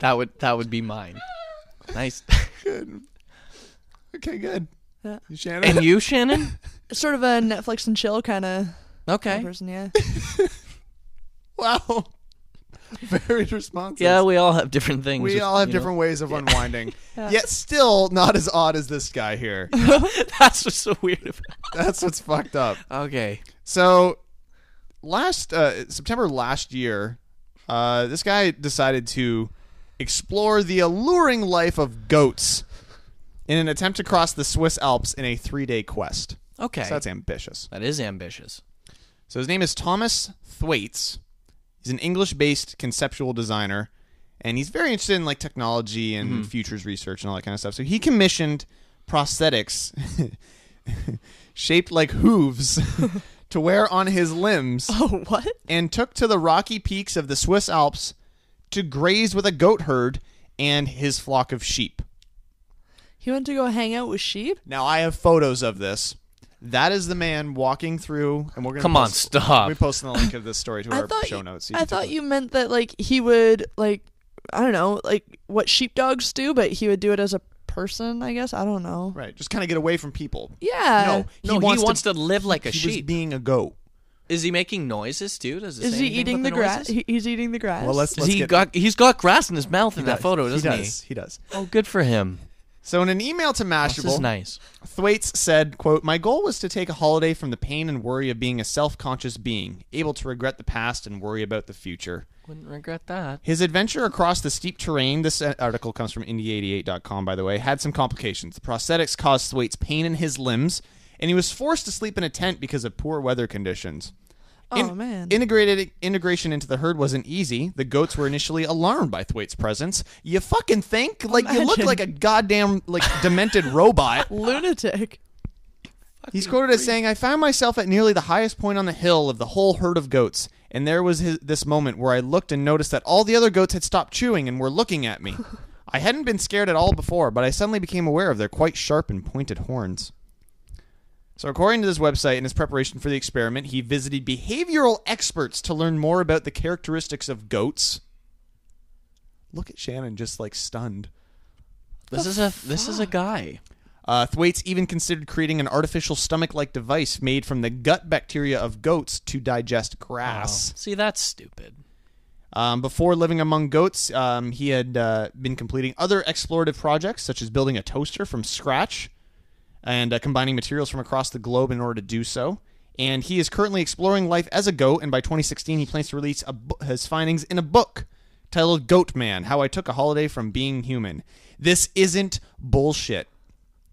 Speaker 4: That would that would be mine. Nice.
Speaker 1: Okay, good.
Speaker 3: Yeah.
Speaker 1: Shannon?
Speaker 4: and you, Shannon?
Speaker 3: Sort of a Netflix and chill kind of
Speaker 4: Okay.
Speaker 3: person,
Speaker 4: <laughs>
Speaker 3: yeah.
Speaker 1: Wow. Very responsive.
Speaker 4: Yeah, we all have different things.
Speaker 1: we
Speaker 4: just,
Speaker 1: all have
Speaker 4: you know.
Speaker 1: different ways
Speaker 4: <laughs>
Speaker 1: of unwinding. Yet still not as odd as this guy here.
Speaker 4: That's what's so weird about.
Speaker 1: <laughs> That's what's fucked up.
Speaker 4: Okay.
Speaker 1: So last uh, September last year, uh, this guy decided to explore the alluring life of goats in an attempt to cross the Swiss Alps in a three-day quest.
Speaker 4: Okay.
Speaker 1: So that's ambitious.
Speaker 4: that is ambitious.
Speaker 1: So his name is Thomas Thwaites. He's an English-based conceptual designer, and he's very interested in like technology and
Speaker 4: Mm-hmm.
Speaker 1: futures research and all that kind of stuff. So he commissioned prosthetics <laughs> shaped
Speaker 3: <laughs>
Speaker 1: like hooves to wear on his limbs
Speaker 3: Oh, what?
Speaker 1: and took to the rocky peaks of the Swiss Alps to graze with a goat herd and his flock of sheep.
Speaker 3: He went to go hang out with sheep?
Speaker 1: Now I have photos of this. That is the man walking through, and we're gonna
Speaker 4: Come on,
Speaker 1: post-
Speaker 4: stop.
Speaker 1: We posting the link of this story to
Speaker 3: <laughs> I
Speaker 1: our
Speaker 3: thought
Speaker 1: show
Speaker 3: you, I
Speaker 1: notes. can take a
Speaker 3: thought
Speaker 1: look.
Speaker 3: you meant that like he would like I don't know, like what sheepdogs do, but he would do it as a person, I guess. I don't know.
Speaker 1: right just kind of get away from people.
Speaker 3: Yeah.
Speaker 1: no,
Speaker 4: No, he wants, to, live like a
Speaker 1: he was
Speaker 4: sheep.
Speaker 1: being a goat.
Speaker 4: is he making noises, dude? Does it
Speaker 3: Is
Speaker 4: say
Speaker 3: he
Speaker 4: anything
Speaker 3: eating
Speaker 4: about
Speaker 3: the grass?
Speaker 4: noises?
Speaker 3: He, he's eating the grass.
Speaker 1: <laughs> Well, let's
Speaker 4: Is
Speaker 1: let's
Speaker 4: he
Speaker 1: get
Speaker 4: got, he's got grass in his mouth in that
Speaker 1: does.
Speaker 4: photo, doesn't
Speaker 1: he?
Speaker 4: he?
Speaker 1: Does. He does.
Speaker 4: Oh, good for him.
Speaker 1: So in an email to
Speaker 4: Oh, This is
Speaker 1: Mashable,
Speaker 4: nice.
Speaker 1: Thwaites said, quote, My goal was to take a holiday from the pain and worry of being a self conscious being, able to regret the past and worry about the future.
Speaker 4: Wouldn't regret that.
Speaker 1: His adventure across the steep terrain, this uh, article comes from indie88.com, by the way, had some complications. The prosthetics caused Thwaites pain in his limbs, and he was forced to sleep in a tent because of poor weather conditions.
Speaker 3: Oh, man.
Speaker 1: Integrated integration into the herd wasn't easy. The goats were initially alarmed by Thwaites' presence. You fucking think? Like you look
Speaker 3: Imagine.
Speaker 1: like a goddamn like demented
Speaker 3: <laughs>
Speaker 1: robot.
Speaker 3: Lunatic.
Speaker 1: He's quoted as saying, "I found myself at nearly the highest point on the hill of the whole herd of goats, and there was his, this moment where I looked and noticed that all the other goats had stopped chewing and were looking
Speaker 3: <laughs>
Speaker 1: at me. I hadn't been scared at all before, but I suddenly became aware of their quite sharp and pointed horns." So, according to this website, in his preparation for the experiment, he visited behavioral experts to learn more about the characteristics of goats. Look at Shannon, just like stunned.
Speaker 4: This is a this is a guy.
Speaker 1: Uh, Thwaites even considered creating an artificial stomach like device made from the gut bacteria of goats to digest grass.
Speaker 4: See, that's stupid.
Speaker 1: Um, before living among goats, um, he had uh, been completing other explorative projects, such as building a toaster from scratch and uh, combining materials from across the globe in order to do so. And he is currently exploring life as a goat, and by 2016, he plans to release a bu- his findings in a book titled Goat Man How I Took a Holiday from Being Human. This isn't bullshit.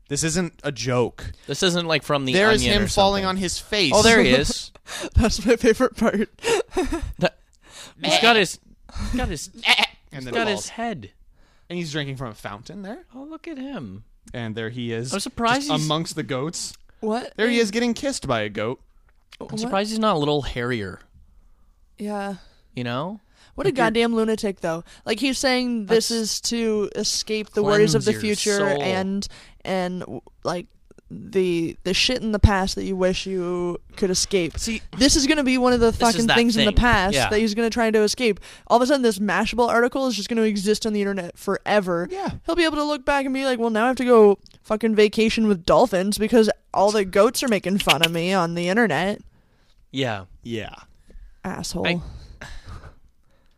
Speaker 1: This isn't a joke.
Speaker 4: This isn't like from the
Speaker 1: There is
Speaker 4: Onion
Speaker 1: him
Speaker 4: or
Speaker 1: falling on
Speaker 4: something.
Speaker 1: his face.
Speaker 4: Oh,
Speaker 1: <laughs>
Speaker 4: there he is.
Speaker 3: <laughs> That's my favorite part. <laughs>
Speaker 4: That- he's got his he's got his
Speaker 1: <laughs>
Speaker 4: <laughs>
Speaker 1: and
Speaker 4: he's
Speaker 1: then
Speaker 4: got
Speaker 1: falls.
Speaker 4: his head.
Speaker 1: and he's drinking from a fountain there.
Speaker 4: Oh, look at him.
Speaker 1: And there he is.
Speaker 4: I'm surprised
Speaker 1: just
Speaker 4: he's-
Speaker 1: amongst the goats.
Speaker 3: What?
Speaker 1: There he is getting kissed by a goat.
Speaker 4: I'm surprised he's not a little hairier.
Speaker 3: Yeah.
Speaker 4: You know,
Speaker 3: What a goddamn lunatic, though. Like he's saying this is to escape the worries of
Speaker 4: Cleanse
Speaker 3: the
Speaker 4: your
Speaker 3: future
Speaker 4: soul.
Speaker 3: and and like the the shit in the past that you wish you could escape.
Speaker 4: See-
Speaker 3: this is gonna be one of the
Speaker 4: is
Speaker 3: fucking
Speaker 4: that
Speaker 3: things in the
Speaker 4: thing.
Speaker 3: past
Speaker 4: Yeah.
Speaker 3: that he's gonna try to escape. All of a sudden, this Mashable article is just gonna exist on the internet forever.
Speaker 1: Yeah.
Speaker 3: he'll be able to look back and be like, well, now I have to go fucking vacation with dolphins because all the goats are making fun of me on the internet.
Speaker 4: yeah.
Speaker 1: Yeah.
Speaker 3: Asshole.
Speaker 4: I-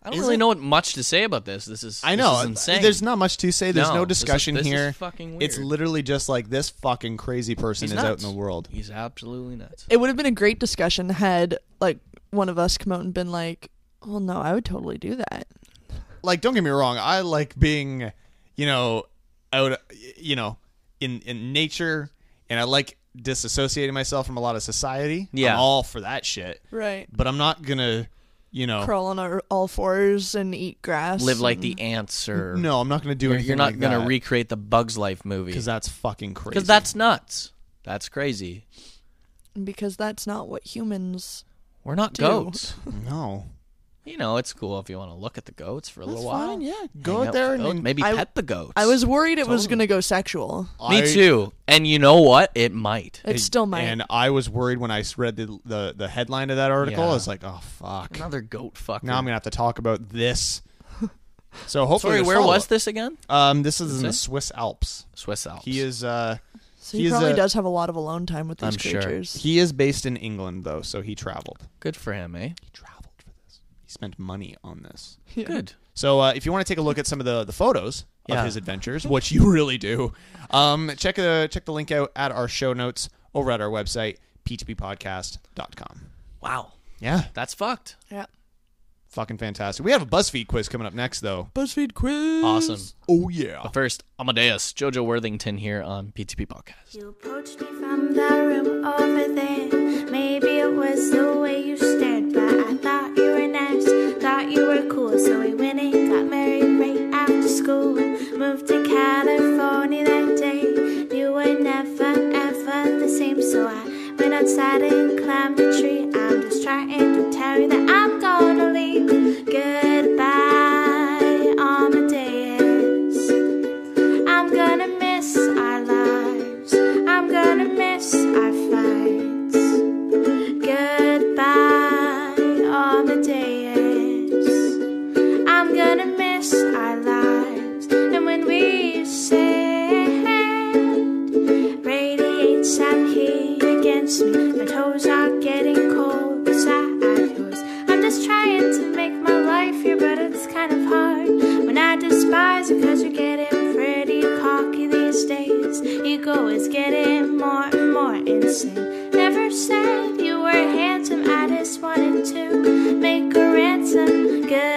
Speaker 4: I don't really know what much to say about this. This is
Speaker 1: I
Speaker 4: this
Speaker 1: know. Uh,
Speaker 4: is insane.
Speaker 1: There's not much to say. There's no,
Speaker 4: No, this is-
Speaker 1: discussion
Speaker 4: this is
Speaker 1: here.
Speaker 4: fucking
Speaker 1: It's
Speaker 4: weird.
Speaker 1: literally just like this fucking crazy person
Speaker 4: He's
Speaker 1: is out
Speaker 4: nuts.
Speaker 1: in the world.
Speaker 4: He's absolutely nuts.
Speaker 3: it would have been a great discussion had like one of us come out and been like, "Well, no, I would totally do that."
Speaker 1: Like, don't get me wrong. I like being, you know, out, you know, in in nature, and I like disassociating myself from a lot of society.
Speaker 4: Yeah.
Speaker 1: I'm all for that shit.
Speaker 3: Right.
Speaker 1: But I'm not gonna, you know,
Speaker 3: Crawl on our, all fours and eat grass.
Speaker 4: Oh. Live like the ants, or
Speaker 1: No, I'm not going to do
Speaker 4: You're,
Speaker 1: anything.
Speaker 4: you're not
Speaker 1: like
Speaker 4: gonna
Speaker 1: that,
Speaker 4: recreate the Bugs Life movie
Speaker 1: because that's fucking crazy.
Speaker 4: because that's nuts. That's crazy.
Speaker 3: because that's not what humans.
Speaker 4: We're not goats.
Speaker 1: no.
Speaker 4: You know, it's cool if you want to look at the goats for a little while.
Speaker 1: Fine, yeah. Go
Speaker 4: Hang
Speaker 1: out
Speaker 4: out
Speaker 1: there
Speaker 4: with goats.
Speaker 1: and
Speaker 4: maybe
Speaker 3: I-
Speaker 4: pet the goats.
Speaker 3: I was worried it was gonna go sexual.
Speaker 1: I-
Speaker 4: me too. And you know what? It might.
Speaker 3: It still might.
Speaker 1: And I was worried when I s- read the the, the headline of that article. I
Speaker 4: Yeah.
Speaker 1: was like, oh fuck.
Speaker 4: Another goat fucker.
Speaker 1: Now I'm gonna have to talk
Speaker 4: <laughs>
Speaker 1: about this. So hopefully,
Speaker 4: Sorry,
Speaker 1: there's
Speaker 4: where was
Speaker 1: follow-up.
Speaker 4: this again?
Speaker 1: Um, this is in the
Speaker 4: it?
Speaker 1: Swiss Alps.
Speaker 4: Swiss Alps.
Speaker 1: He is uh,
Speaker 3: So he
Speaker 1: he's
Speaker 3: probably
Speaker 1: a-
Speaker 3: does have a lot of alone time with these
Speaker 4: I'm sure.
Speaker 3: creatures.
Speaker 1: he is based in England though, so he traveled.
Speaker 4: good for him, eh?
Speaker 1: He traveled for this. He spent money on this.
Speaker 4: Good.
Speaker 1: So uh, if you want to take a look at some of the, the photos
Speaker 4: Yeah.
Speaker 1: of his adventures, which you really do, um, check the check the link out at our show notes over at our website p2ppodcast.com.
Speaker 4: Wow,
Speaker 1: Yeah,
Speaker 4: that's fucked.
Speaker 3: Yeah.
Speaker 1: fucking fantastic. We have a BuzzFeed quiz coming up next though.
Speaker 3: BuzzFeed quiz.
Speaker 4: Awesome.
Speaker 1: Oh yeah.
Speaker 4: First, Amadeus Jojo Worthington here on PTP Podcast.
Speaker 11: You approached me from that room over there. Maybe it was the way you stared, but I thought you were nice, thought you were cool. So we went and got married right after school. Moved to California that day. You were never ever the same, so I went outside and climbed a tree. I'm just trying to tell you that I'm gonna leave. Goodbye, Amadeus. I'm gonna miss our lives. I'm gonna miss our fights. Goodbye, Amadeus. I'm gonna miss our lives. And when we said radiates that heat against me. My toes are getting cold beside yours. I'm just trying to make my life here, but it's kind of hard when I despise you because you're getting pretty cocky these days. Ego is getting more and more insane. Never said you were handsome, I just wanted to make a ransom. Good.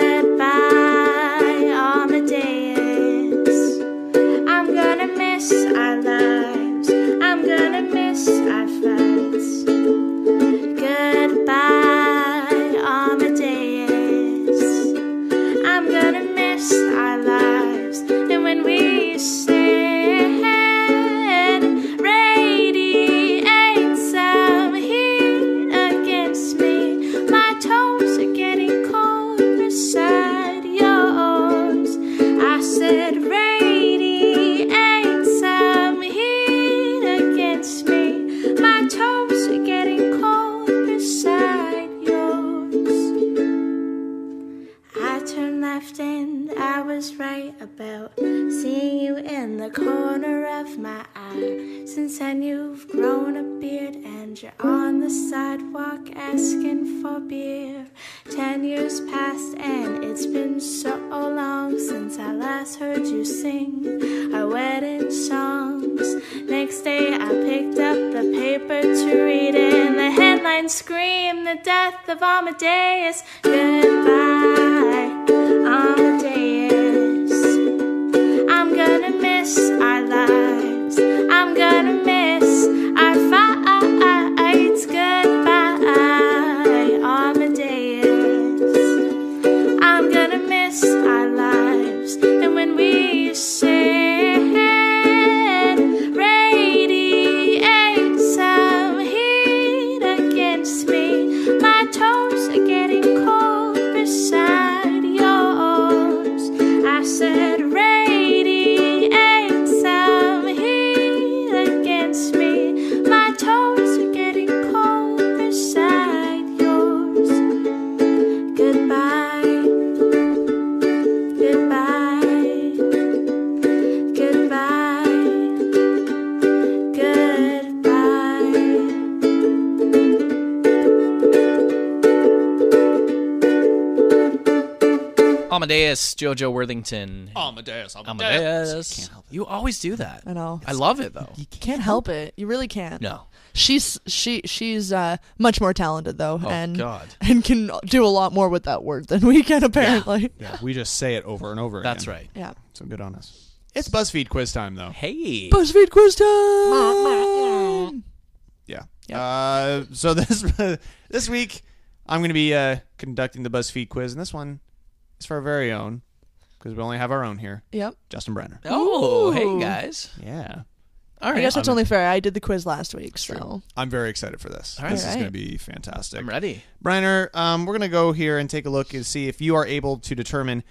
Speaker 11: grown a beard and you're on the sidewalk asking for beer. Ten years passed and it's been so long since I last heard you sing our wedding songs. Next day I picked up the paper to read it and the headline screamed the death of Amadeus. Goodbye, Amadeus. I'm gonna miss our lives. I'm gonna miss our fights. Goodbye, Amadeus. I'm gonna miss our lives. And when we said radiate some heat against me, my toes are getting cold beside yours. I said radiate some heat against me, my toes are getting cold beside yours. Goodbye. Goodbye. Goodbye. Goodbye.
Speaker 4: Amadeus, JoJo Worthington.
Speaker 1: Amadeus,
Speaker 4: Amadeus. You always do that.
Speaker 3: I know.
Speaker 4: I love it though.
Speaker 3: Can't help it. You really can't.
Speaker 4: No.
Speaker 3: She's she she's uh, much more talented though,
Speaker 4: Oh,
Speaker 3: and
Speaker 4: God.
Speaker 3: and can do a lot more with that word than we can apparently.
Speaker 1: Yeah, we just say it over and over.
Speaker 4: That's
Speaker 1: again.
Speaker 4: right.
Speaker 3: Yeah.
Speaker 1: So good on us. It's BuzzFeed quiz time, though.
Speaker 4: Hey.
Speaker 3: BuzzFeed quiz time.
Speaker 1: Yeah. Uh, so <laughs> this this week, I'm going to be uh, conducting the BuzzFeed quiz, and this one is for our very own because we only have our own here,
Speaker 3: Yep.
Speaker 1: Justin Brenner.
Speaker 4: Oh, hey
Speaker 3: Ooh.
Speaker 4: guys.
Speaker 1: Yeah.
Speaker 4: All
Speaker 3: I
Speaker 4: right.
Speaker 3: guess that's only fair. I did the quiz last week, so
Speaker 4: <laughs>
Speaker 1: I'm very excited for this.
Speaker 4: All
Speaker 1: This is
Speaker 3: right.
Speaker 1: going to be fantastic.
Speaker 4: I'm ready.
Speaker 1: Brenner, um, we're going to go here and take a look and see if you are able to determine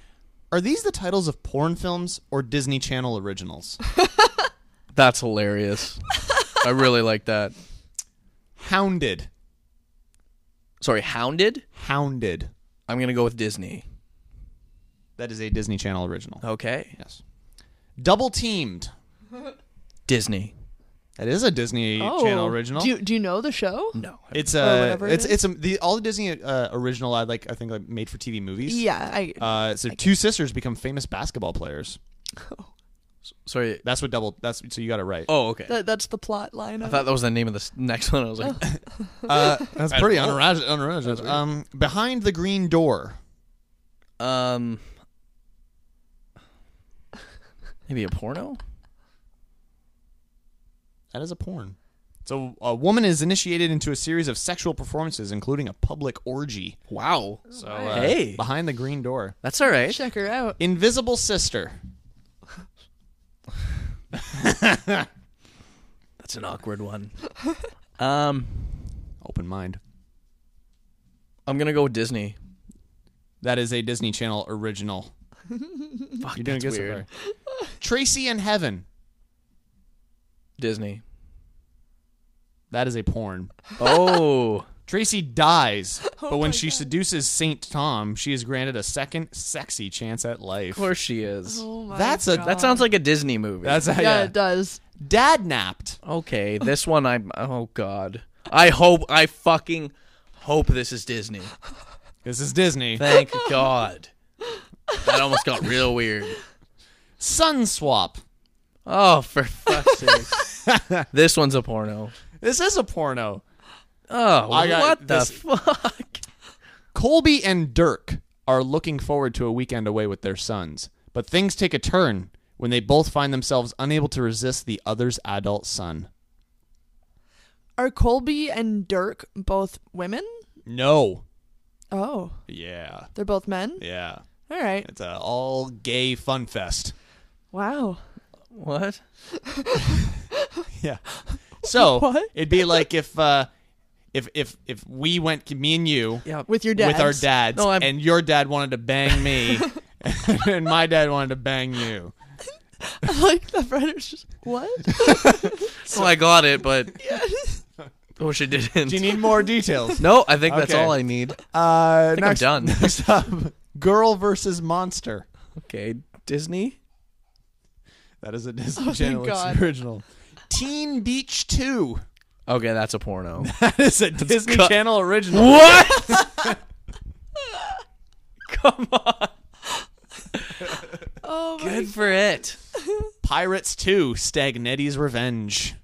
Speaker 1: are these the titles of porn films or Disney Channel originals?
Speaker 4: <laughs> That's hilarious. I really like that.
Speaker 1: Hounded.
Speaker 4: Sorry, Hounded?
Speaker 1: Hounded.
Speaker 4: I'm going to go with Disney.
Speaker 1: That is a Disney Channel original.
Speaker 4: Okay.
Speaker 1: Yes. Double Teamed.
Speaker 4: Disney.
Speaker 1: That is a Disney
Speaker 3: Oh.
Speaker 1: Channel original.
Speaker 3: Do you, do you know the show?
Speaker 4: No.
Speaker 1: it's
Speaker 3: or
Speaker 1: a
Speaker 3: whatever it
Speaker 1: it's
Speaker 3: is?
Speaker 1: it's a, the all the Disney uh, original I like I think like made for TV movies.
Speaker 3: Yeah, I Oh.
Speaker 1: Uh, so two sisters become famous
Speaker 3: <laughs>
Speaker 1: basketball players.
Speaker 4: Sorry.
Speaker 1: That's what double. That's so you got it right.
Speaker 4: Oh, okay.
Speaker 3: that, that's the plot line.
Speaker 4: I
Speaker 3: Of
Speaker 4: thought that was the name of the s- next one.
Speaker 3: <laughs>
Speaker 4: I was like,
Speaker 1: Uh, that's pretty unoriginal. unoriginal. Um, behind the green door.
Speaker 4: Um, maybe a porno.
Speaker 1: That is a porn. So a woman is initiated into a series of sexual performances, including a public orgy.
Speaker 4: Wow,
Speaker 1: So uh,
Speaker 4: Hey.
Speaker 1: behind the green door.
Speaker 4: that's all right.
Speaker 3: it. Oh, Check her out.
Speaker 1: Invisible sister. <laughs>
Speaker 4: That's an
Speaker 3: <laughs>
Speaker 4: awkward one. um,
Speaker 1: Open mind.
Speaker 4: I'm gonna go with Disney.
Speaker 1: That is a Disney Channel original.
Speaker 4: <laughs> Fuck,
Speaker 1: You're doing
Speaker 4: that's
Speaker 1: good
Speaker 4: weird.
Speaker 1: so far. Tracy in Heaven.
Speaker 4: Disney.
Speaker 1: That is a porn.
Speaker 4: Oh,
Speaker 1: <laughs>
Speaker 4: <laughs>
Speaker 1: Tracy dies, but when she seduces Saint Tom, she is granted a second sexy chance at life.
Speaker 4: of course she is.
Speaker 3: Oh
Speaker 4: <laughs>
Speaker 3: my
Speaker 1: That's a-
Speaker 3: God.
Speaker 4: That sounds like a Disney movie.
Speaker 1: That's
Speaker 3: yeah,
Speaker 1: how, yeah.
Speaker 3: it does.
Speaker 1: Dad napped.
Speaker 4: okay. This one, I oh god. I hope I fucking hope this is Disney.
Speaker 1: This is Disney.
Speaker 4: Thank God. That almost got real weird.
Speaker 1: Sun <laughs> swap.
Speaker 4: Oh, for fuck's sake. <laughs> this one's a porno.
Speaker 1: This is a porno.
Speaker 4: Oh,
Speaker 1: I got
Speaker 4: what
Speaker 1: this-
Speaker 4: the fuck?
Speaker 1: Colby and Dirk are looking forward to a weekend away with their sons, but things take a turn when they both find themselves unable to resist the other's adult son.
Speaker 3: Are Colby and Dirk both women?
Speaker 1: No.
Speaker 3: <laughs> Oh,
Speaker 1: Yeah.
Speaker 3: they're both men.
Speaker 1: Yeah.
Speaker 3: All right.
Speaker 1: It's a all gay fun fest.
Speaker 3: Wow.
Speaker 4: What?
Speaker 1: <laughs> Yeah. <laughs> So
Speaker 3: What?
Speaker 1: it'd be like if uh, if if if we went me and you
Speaker 4: Yeah.
Speaker 3: With your dad.
Speaker 1: with our dads
Speaker 4: No, I'm-
Speaker 1: and your dad wanted to bang <laughs> me and my dad wanted to bang you.
Speaker 3: like the writer's just
Speaker 4: <laughs>
Speaker 3: what?
Speaker 4: Oh, I got
Speaker 3: <laughs>
Speaker 4: it, but I wish it didn't.
Speaker 1: Do you need more details?
Speaker 4: <laughs> no, I think that's
Speaker 1: Okay.
Speaker 4: all I need. I
Speaker 1: Uh
Speaker 4: think I'm done. <laughs>
Speaker 1: Next up, girl versus monster.
Speaker 4: okay, Disney. Oh
Speaker 1: That is a Disney Channel
Speaker 3: God.
Speaker 1: original. Teen Beach 2.
Speaker 4: Okay, that's a porno.
Speaker 1: <laughs> That is a Disney
Speaker 4: cut.
Speaker 1: Channel original.
Speaker 4: what? Come on.
Speaker 3: Oh, my
Speaker 4: Good for it.
Speaker 1: Pirates 2, Stagnetti's Revenge.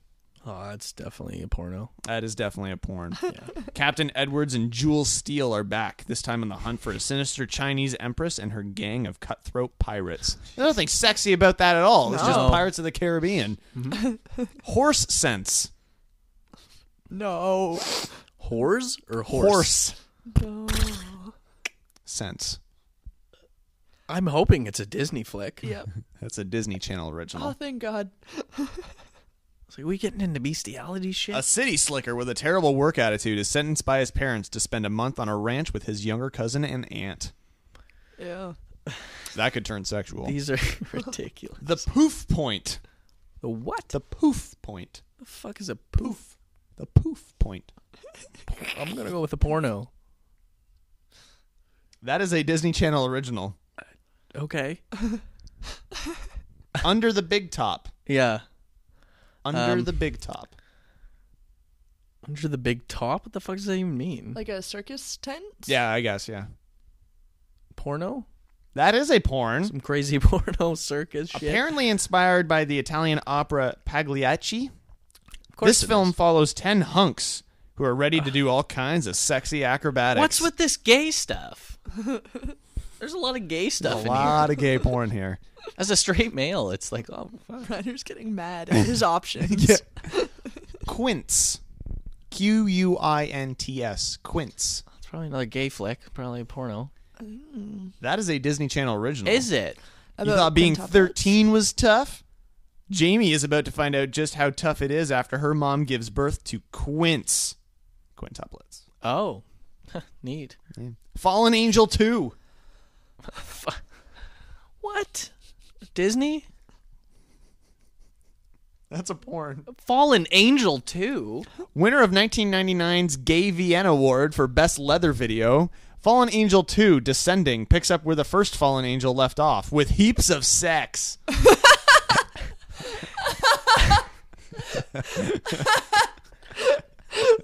Speaker 4: Oh, that's definitely a porno.
Speaker 1: That is definitely a porn. <laughs> Captain Edwards and Jules Steele are back, this time on the hunt for a sinister Chinese empress and her gang of cutthroat pirates. <laughs> There's nothing sexy about that at all. It's
Speaker 4: No.
Speaker 1: just Pirates of the Caribbean. Mm-hmm. Horse sense.
Speaker 4: Oh.
Speaker 3: No.
Speaker 4: Whores or horse?
Speaker 1: Horse sense.
Speaker 4: I'm hoping it's a Disney flick.
Speaker 3: Yep.
Speaker 1: <laughs> That's a Disney Channel
Speaker 3: Oh,
Speaker 1: original.
Speaker 3: thank
Speaker 4: <laughs>
Speaker 3: God.
Speaker 4: It's like, we getting into bestiality shit?
Speaker 1: A city slicker with a terrible work attitude is sentenced by his parents to spend a month on a ranch with his younger cousin and aunt.
Speaker 3: Yeah.
Speaker 1: That could turn sexual.
Speaker 4: These are <laughs> ridiculous.
Speaker 1: the poof point.
Speaker 4: The what?
Speaker 1: The poof point.
Speaker 4: the fuck is a poof?
Speaker 1: The poof point.
Speaker 4: <laughs> I'm gonna go with a porno.
Speaker 1: That is a Disney Channel original.
Speaker 4: Uh, Okay. <laughs>
Speaker 1: Under the Big Top.
Speaker 4: Yeah.
Speaker 1: Under
Speaker 4: Um,
Speaker 1: the Big Top.
Speaker 4: Under the big top? What the fuck does that even mean?
Speaker 3: Like a circus tent?
Speaker 1: Yeah, I guess, yeah.
Speaker 4: porno?
Speaker 1: That is a porn.
Speaker 4: Some crazy <laughs> porno circus shit.
Speaker 1: Apparently inspired by the Italian opera Pagliacci.
Speaker 4: Of course
Speaker 1: This
Speaker 4: it
Speaker 1: film
Speaker 4: is.
Speaker 1: follows 10 hunks who are ready to do all kinds of sexy acrobatics.
Speaker 4: What's with this gay stuff? <laughs> There's a lot of gay
Speaker 1: a
Speaker 4: stuff in here.
Speaker 1: lot of gay porn here?
Speaker 4: <laughs> As a straight male, it's like,
Speaker 1: <laughs>
Speaker 4: oh,
Speaker 3: <laughs>
Speaker 4: fuck.
Speaker 3: Ryder's getting mad
Speaker 4: <laughs>
Speaker 3: at his options.
Speaker 1: Quints. Q U I N T S. Quints.
Speaker 4: It's probably another gay flick. Probably a porno.
Speaker 1: That is a Disney Channel original.
Speaker 4: Is it?
Speaker 1: You
Speaker 3: About
Speaker 1: thought being
Speaker 3: pentoplets?
Speaker 1: 13 was tough? Jamie is about to find out just how tough it is after her mom gives birth to Quince. Quintuplets.
Speaker 4: Oh. <laughs> Neat.
Speaker 1: Fallen Angel 2.
Speaker 4: <laughs> What? Disney?
Speaker 1: <laughs> That's a porn.
Speaker 4: Fallen Angel 2?
Speaker 1: Winner of 1999's Gay Vienna Award for Best Leather Video, Fallen Angel 2 Descending picks up where the first Fallen Angel left off with heaps of sex.
Speaker 3: <laughs>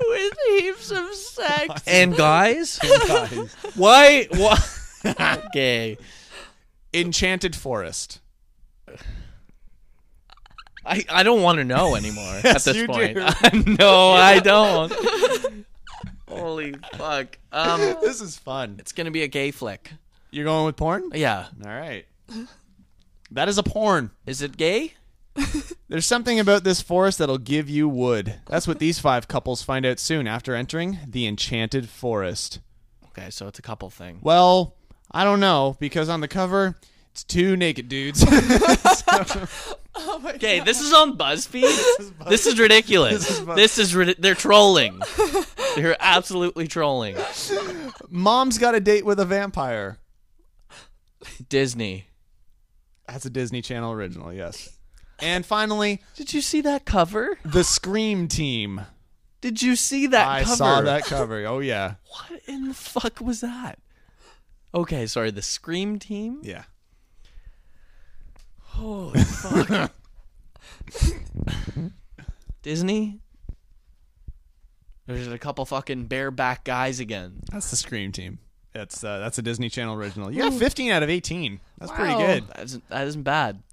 Speaker 3: With heaps of sex.
Speaker 4: <laughs> And guys? Why? Why? <laughs>
Speaker 1: <laughs>
Speaker 4: okay.
Speaker 1: Enchanted Forest.
Speaker 4: I, I don't want to know anymore
Speaker 1: <laughs> Yes,
Speaker 4: at this
Speaker 1: you
Speaker 4: point. <laughs>
Speaker 1: do.
Speaker 4: no, I don't. Holy fuck. Um,
Speaker 1: <laughs> This is fun.
Speaker 4: it's going to be a gay flick.
Speaker 1: You're going with porn?
Speaker 4: Yeah.
Speaker 1: All right. That is a porn.
Speaker 4: Is it gay?
Speaker 1: <laughs> There's something about this forest that'll give you wood. That's what these five couples find out soon after entering the Enchanted Forest.
Speaker 4: Okay, so it's a couple
Speaker 1: <laughs>
Speaker 4: thing.
Speaker 1: Well, I don't know, because on the cover, it's two naked dudes. <laughs> Oh
Speaker 4: Okay, this is on BuzzFeed. this, is ridiculous. This is, rid- they're
Speaker 1: <laughs>
Speaker 4: trolling. they're absolutely trolling.
Speaker 1: Mom's got a date with a vampire.
Speaker 4: Disney.
Speaker 1: That's a Disney Channel original, yes. And finally,
Speaker 4: Did you see that cover?
Speaker 1: the Scream Team.
Speaker 4: Did you see that
Speaker 1: I
Speaker 4: cover?
Speaker 1: saw that cover. Oh, yeah.
Speaker 4: What in the fuck was that? Okay, sorry, the Scream team?
Speaker 1: Yeah.
Speaker 4: <laughs> Holy fuck. <laughs> Disney? There's a couple fucking bareback guys again.
Speaker 1: That's the Scream Team. That's uh, that's a Disney Channel original. You got 15 out of 18. That's pretty
Speaker 3: Wow.
Speaker 1: good.
Speaker 4: That isn't, that isn't bad.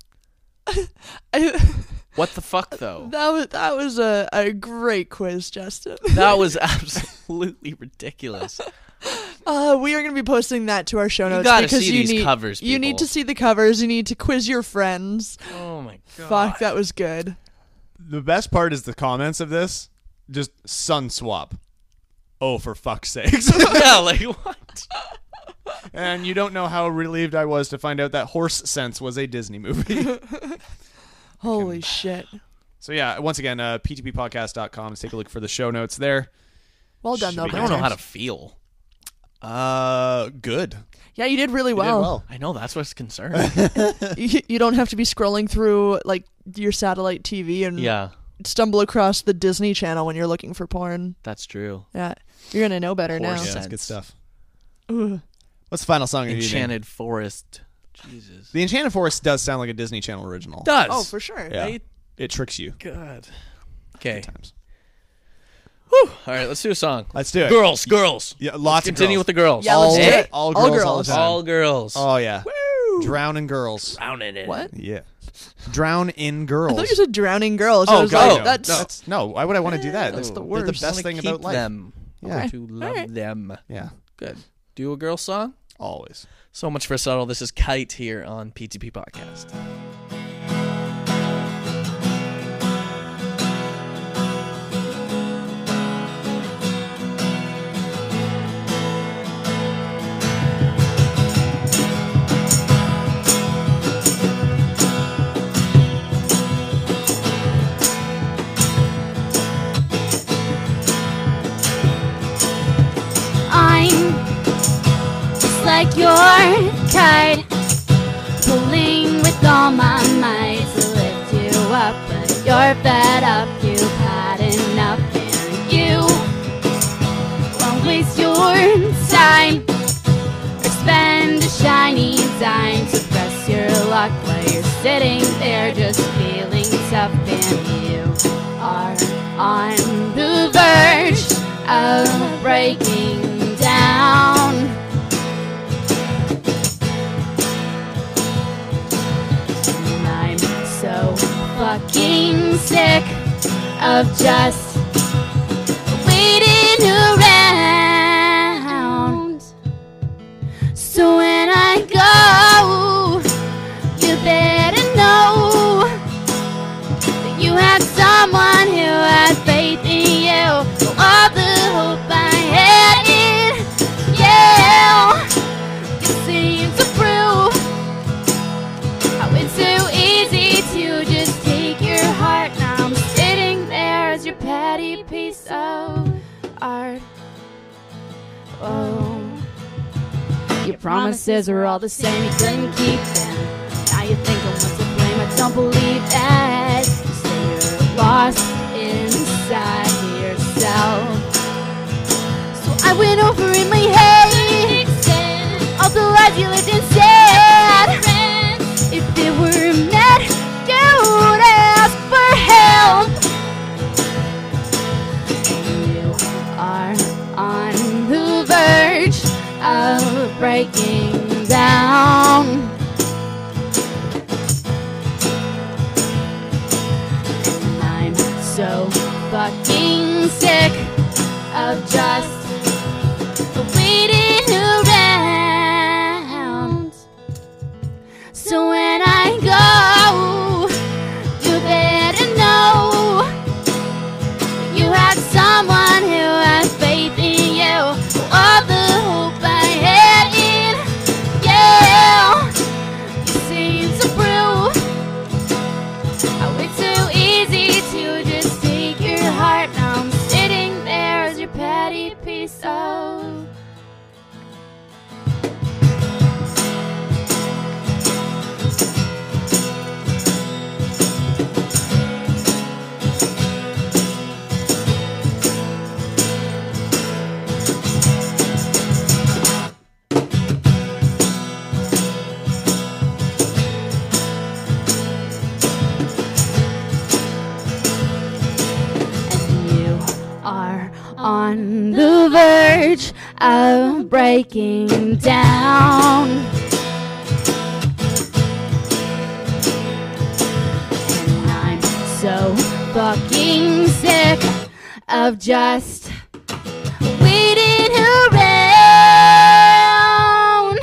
Speaker 3: I-
Speaker 4: What the fuck, though?
Speaker 3: that was that was a, a great quiz, Justin. <laughs>
Speaker 4: That was absolutely ridiculous.
Speaker 3: Uh, we are going to be posting that to our show notes
Speaker 4: gotta
Speaker 3: because
Speaker 4: see
Speaker 3: you
Speaker 4: these
Speaker 3: need
Speaker 4: covers,
Speaker 3: you need
Speaker 4: people.
Speaker 3: to see the covers. You need to quiz your friends.
Speaker 4: Oh my god.
Speaker 3: Fuck, that was good.
Speaker 1: The best part is the comments of this. Just sun swap. Oh, for fuck's sakes.
Speaker 4: <laughs> Yeah,
Speaker 1: <laughs>
Speaker 4: like what?
Speaker 1: and you don't know how relieved I was to find out that Horse Sense was a
Speaker 4: <laughs>
Speaker 1: Disney movie.
Speaker 3: Holy shit.
Speaker 1: so, yeah, once again, uh, ptppodcast.com. Let's take a look for the show notes there.
Speaker 3: Well done,
Speaker 1: Should
Speaker 3: though.
Speaker 1: be
Speaker 4: I don't know how to feel.
Speaker 1: Uh, good.
Speaker 3: Yeah, you did really
Speaker 1: You did
Speaker 3: well.
Speaker 1: well.
Speaker 4: I know that's what's concerning.
Speaker 3: <laughs> You, you don't have to be scrolling through like your satellite TV and
Speaker 4: yeah,
Speaker 3: stumble across the Disney Channel when you're looking for porn.
Speaker 4: that's true.
Speaker 3: Yeah, you're gonna know better now.
Speaker 4: Horse
Speaker 1: Yeah, that's
Speaker 4: sense.
Speaker 1: good stuff. What's the final song of the evening?
Speaker 4: Enchanted Forest. Jesus.
Speaker 1: The Enchanted Forest does sound like a Disney Channel original.
Speaker 4: Does.
Speaker 3: Oh, for sure.
Speaker 1: Yeah. It tricks you.
Speaker 4: God. Okay.
Speaker 1: Times.
Speaker 4: All right, let's do a song.
Speaker 1: Let's do it.
Speaker 4: Girls, girls.
Speaker 1: Yeah, lots
Speaker 4: Continue
Speaker 1: of girls.
Speaker 4: with the girls.
Speaker 3: Yeah,
Speaker 1: all,
Speaker 3: let's do it.
Speaker 1: all
Speaker 3: All
Speaker 1: girls. all the
Speaker 3: girls.
Speaker 1: time.
Speaker 4: All girls.
Speaker 1: oh yeah. Drowning girls.
Speaker 4: Drowning in.
Speaker 3: What?
Speaker 1: Yeah. Drown in girls.
Speaker 3: I thought you said drowning girls. I
Speaker 1: oh
Speaker 3: was
Speaker 1: god,
Speaker 3: like,
Speaker 1: no.
Speaker 3: that's
Speaker 1: no. That's- no. Why would I want to do that? That's
Speaker 3: the
Speaker 1: They're the
Speaker 3: worst.
Speaker 1: best
Speaker 4: Wanna
Speaker 1: thing
Speaker 4: keep
Speaker 1: about life.
Speaker 4: Them. I
Speaker 1: Yeah.
Speaker 4: want to love them.
Speaker 1: Yeah.
Speaker 4: Good. Do a girl song.
Speaker 1: Always.
Speaker 4: So much for subtle. This is Kite here on PTP Podcast.
Speaker 5: I'm just like your kite, pulling with all my might to lift you up, but you're fed up, you've had enough, and you won't waste your time or spend a shiny dime to press your luck while you're sitting there just feeling tough, and you are on the verge of breaking down. And I'm so fucking sick of just waiting around. So when I go, you better know that you had someone who had faith in you. So all the hope I had in you, you seem to prove how it's so easy to just take your heart. Now I'm sitting there as your petty piece of art. Oh, your promises are all the same. You couldn't keep them. Now you think I'm what's to blame. I don't believe that. You say you're lost inside yourself. So I went over in my head. All the lies you lived and said. If it were meant, you would ask for help. You are on the verge of breaking down. I'm so fucking sick of just waiting around. So when I go, you better know you had someone who had faith in you. All the hope I had in you, you seem to prove. Oh, it's so easy to just take your heart. Now I'm sitting there as your petty piece of. And you are on the verge of breaking down. And I'm so fucking sick of just waiting around.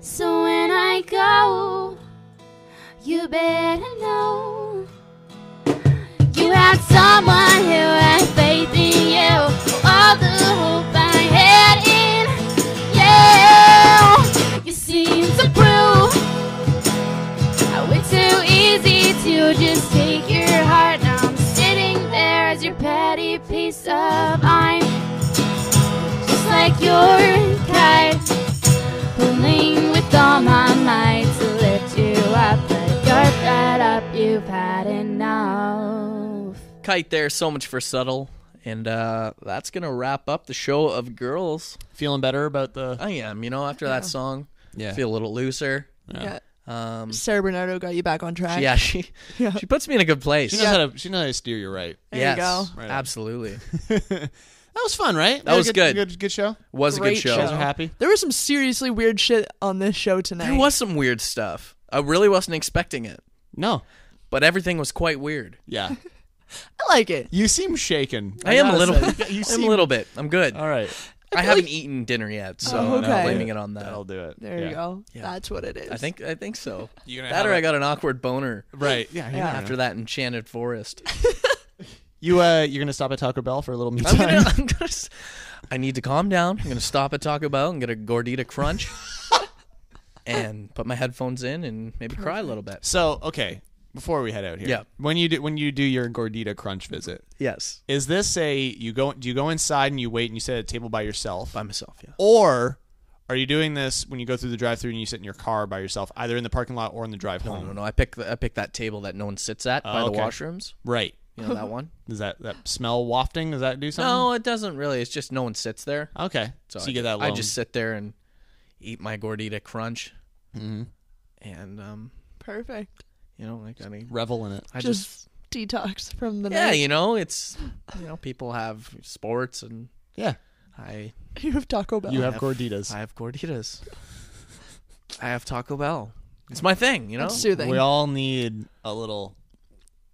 Speaker 5: So when I go, you better know. You had someone who had faith in you. All the hope I had in you. You seem to prove how it's so easy to just take your heart. Now I'm sitting there as your petty piece of I'm just like your kite, pulling with all my might to lift you up, but you're fed up. You've had enough.
Speaker 4: Kite there. So much for subtle. And uh, that's gonna wrap up the show of girls.
Speaker 1: Feeling better about the
Speaker 4: I am. You know, after that song,
Speaker 1: Yeah.
Speaker 4: feel a little looser.
Speaker 3: yeah.
Speaker 4: Um,
Speaker 3: Sarah Bernardo got you back on track.
Speaker 4: yeah, she
Speaker 3: <laughs>
Speaker 4: she puts me in a good place.
Speaker 1: She knows how to. She knows how to steer you right.
Speaker 3: There
Speaker 4: yes,
Speaker 3: you go.
Speaker 1: Right on. <laughs>
Speaker 4: absolutely.
Speaker 1: That was fun, right?
Speaker 4: That
Speaker 1: We had a
Speaker 4: was good.
Speaker 1: Good, good show.
Speaker 4: Was a
Speaker 3: Great
Speaker 4: good show.
Speaker 3: show.
Speaker 1: Guys are happy.
Speaker 3: There was some seriously weird shit on this show tonight.
Speaker 4: There was some weird stuff. I really wasn't expecting it,
Speaker 1: No.
Speaker 4: but everything was quite weird.
Speaker 3: <laughs>
Speaker 1: Yeah.
Speaker 3: I like it.
Speaker 1: You seem shaken.
Speaker 4: I, am a
Speaker 1: gotta
Speaker 4: little.
Speaker 1: say. You
Speaker 4: I'm
Speaker 1: seem-
Speaker 4: a little bit. I'm good.
Speaker 1: All right.
Speaker 4: I haven't eaten dinner yet, so
Speaker 3: Oh,
Speaker 4: I'm
Speaker 3: okay.
Speaker 4: not blaming it on that.
Speaker 1: That'll do it.
Speaker 3: There
Speaker 1: Yeah.
Speaker 3: you go. That's what it is.
Speaker 4: I think I think so.
Speaker 1: You're gonna
Speaker 4: That
Speaker 1: have
Speaker 4: or I
Speaker 1: a-
Speaker 4: got an awkward boner
Speaker 1: Right. Yeah. you never know.
Speaker 4: after that
Speaker 3: <laughs>
Speaker 4: enchanted forest.
Speaker 1: You uh, you're gonna stop at Taco Bell for a little me
Speaker 4: I'm
Speaker 1: time.
Speaker 4: gonna, I'm gonna s- I need to calm down. I'm gonna stop at Taco Bell and get a
Speaker 3: <laughs>
Speaker 4: gordita crunch, and put my headphones in and maybe cry a little bit.
Speaker 1: So okay, before we head out here,
Speaker 4: Yeah.
Speaker 1: When you do when you do your gordita crunch visit,
Speaker 4: Yes,
Speaker 1: is this a you go do you go inside and you wait and you sit at a table by yourself,
Speaker 4: by myself. Yeah.
Speaker 1: or are you doing this when you go through the drive-through and you sit in your car by yourself, either in the parking lot or on the drive
Speaker 4: No,
Speaker 1: home? Oh,
Speaker 4: no, no. I pick the, I pick that table that no one sits at by
Speaker 1: okay.
Speaker 4: the washrooms.
Speaker 1: Right.
Speaker 4: You know that one?
Speaker 1: <laughs> Does that that smell wafting? Does that do something?
Speaker 4: No, it doesn't really. It's just no one sits there.
Speaker 1: Okay. So, you get that.
Speaker 4: I
Speaker 1: alone.
Speaker 4: just sit there and eat my gordita crunch,
Speaker 1: Mm.
Speaker 4: and um,
Speaker 3: perfect.
Speaker 4: you know, like I mean,
Speaker 1: hmm. revel in it.
Speaker 4: I just
Speaker 3: Just, detox from the
Speaker 4: Yeah,
Speaker 3: night. <laughs>
Speaker 4: you know, it's you know, people have sports and
Speaker 1: Yeah.
Speaker 4: I
Speaker 3: <laughs> You have Taco Bell.
Speaker 1: You have
Speaker 4: have-
Speaker 1: gorditas.
Speaker 4: I have gorditas. I have Taco Bell. It's my thing, you know.
Speaker 3: That's soothing.
Speaker 1: We all need a little.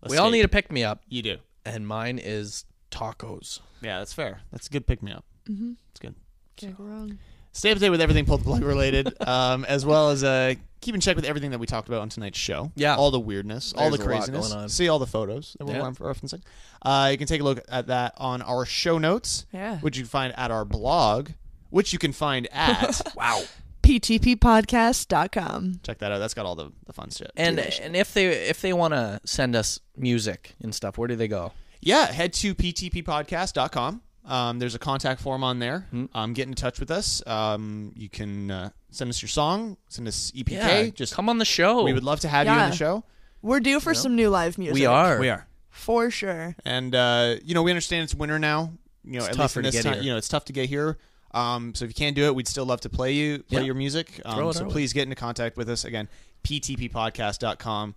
Speaker 4: We all need to pick me up
Speaker 1: You do.
Speaker 4: and mine is tacos.
Speaker 1: Yeah, that's fair. That's a good pick me up. Mm-hmm. It's good.
Speaker 3: Can't go wrong.
Speaker 1: Stay up to date with everything pull the plug
Speaker 4: <laughs>
Speaker 1: related, um, as well as uh, keep in check with everything that we talked about on tonight's show.
Speaker 4: Yeah.
Speaker 1: all the weirdness, all the
Speaker 4: There's a lot
Speaker 1: craziness.
Speaker 4: going on.
Speaker 1: See all the photos that we're
Speaker 4: Yeah.
Speaker 1: referencing. Uh, you can take a look at that on our show notes,
Speaker 3: Yeah.
Speaker 1: which you can find at our blog, which you
Speaker 4: <laughs>
Speaker 1: can find at. wow,
Speaker 3: PTPpodcast.com.
Speaker 1: check that out. That's got all the, the fun shit.
Speaker 4: And and if they if they want to send us music and stuff, where do they go?
Speaker 1: Yeah, head to ptppodcast.com. Um, there's a contact form on there.
Speaker 4: Hmm.
Speaker 1: Um, get in touch with us. Um, you can uh, send us your song, send us EPK. just
Speaker 4: come on the show.
Speaker 1: We would love to have you on
Speaker 3: Yeah.
Speaker 1: the show.
Speaker 3: We're due for some new live music.
Speaker 4: We are.
Speaker 1: are,
Speaker 3: For sure.
Speaker 1: and uh, you know we understand it's winter now. You know,
Speaker 4: It's
Speaker 1: at least
Speaker 4: tougher
Speaker 1: in
Speaker 4: to
Speaker 1: this
Speaker 4: get
Speaker 1: time,
Speaker 4: here.
Speaker 1: you know it's tough to get here. Um, so if you can't do it, we'd still love to play you play
Speaker 4: Yeah.
Speaker 1: your music.
Speaker 4: Throw
Speaker 1: Um,
Speaker 4: it
Speaker 1: so
Speaker 4: our way.
Speaker 1: please get into contact with us again. ptppodcast.com.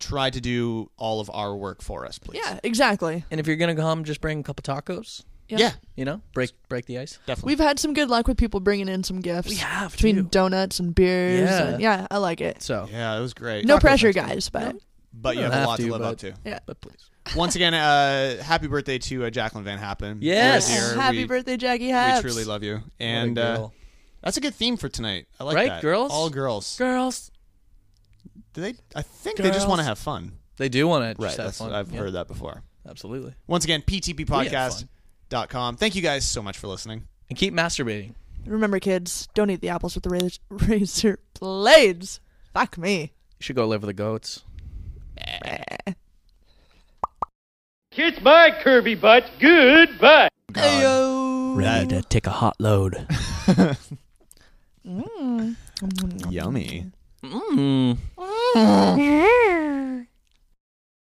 Speaker 1: Try to do all of our work for us, please.
Speaker 3: Yeah, exactly.
Speaker 4: And if you're gonna come, just bring a couple tacos.
Speaker 1: yeah,
Speaker 4: You know, break break the ice.
Speaker 1: definitely.
Speaker 3: We've had some good luck with people bringing in some gifts.
Speaker 4: We have,
Speaker 3: Between
Speaker 4: too.
Speaker 3: donuts and beers.
Speaker 4: Yeah.
Speaker 3: And, yeah, I like it.
Speaker 4: So,
Speaker 1: yeah, it was great.
Speaker 3: No pressure, guys, but
Speaker 1: but you
Speaker 4: don't
Speaker 1: have a
Speaker 4: have
Speaker 1: lot to,
Speaker 4: to,
Speaker 1: live
Speaker 4: but-
Speaker 1: up to.
Speaker 3: yeah.
Speaker 4: but please.
Speaker 1: Once again, uh, happy birthday to uh, Jacqueline Van Happen.
Speaker 4: Yes.
Speaker 1: You're a dear.
Speaker 3: Happy
Speaker 1: we,
Speaker 3: birthday, Jackie Haps.
Speaker 1: We truly love you, and
Speaker 4: What a
Speaker 1: uh,
Speaker 4: girl.
Speaker 1: that's a good theme for tonight. I like
Speaker 4: Right,
Speaker 1: that.
Speaker 4: girls?
Speaker 1: all girls.
Speaker 4: girls,
Speaker 1: Do they? I think they just
Speaker 4: Girls.
Speaker 1: want to have fun.
Speaker 4: they do want to
Speaker 1: Right.
Speaker 4: just have
Speaker 1: that's-
Speaker 4: fun.
Speaker 1: I've
Speaker 4: Yeah,
Speaker 1: heard that before.
Speaker 4: Absolutely.
Speaker 1: Once again, ptppodcast.com. Thank you guys so much for listening.
Speaker 4: And keep masturbating.
Speaker 3: Remember, kids, don't eat the apples with the razor, <laughs> razor blades. Fuck me.
Speaker 4: You should go live with the goats.
Speaker 12: Kiss my Kirby butt. Goodbye.
Speaker 4: Ready to take a hot load.
Speaker 3: Hmm.
Speaker 1: Yummy.
Speaker 4: Mm.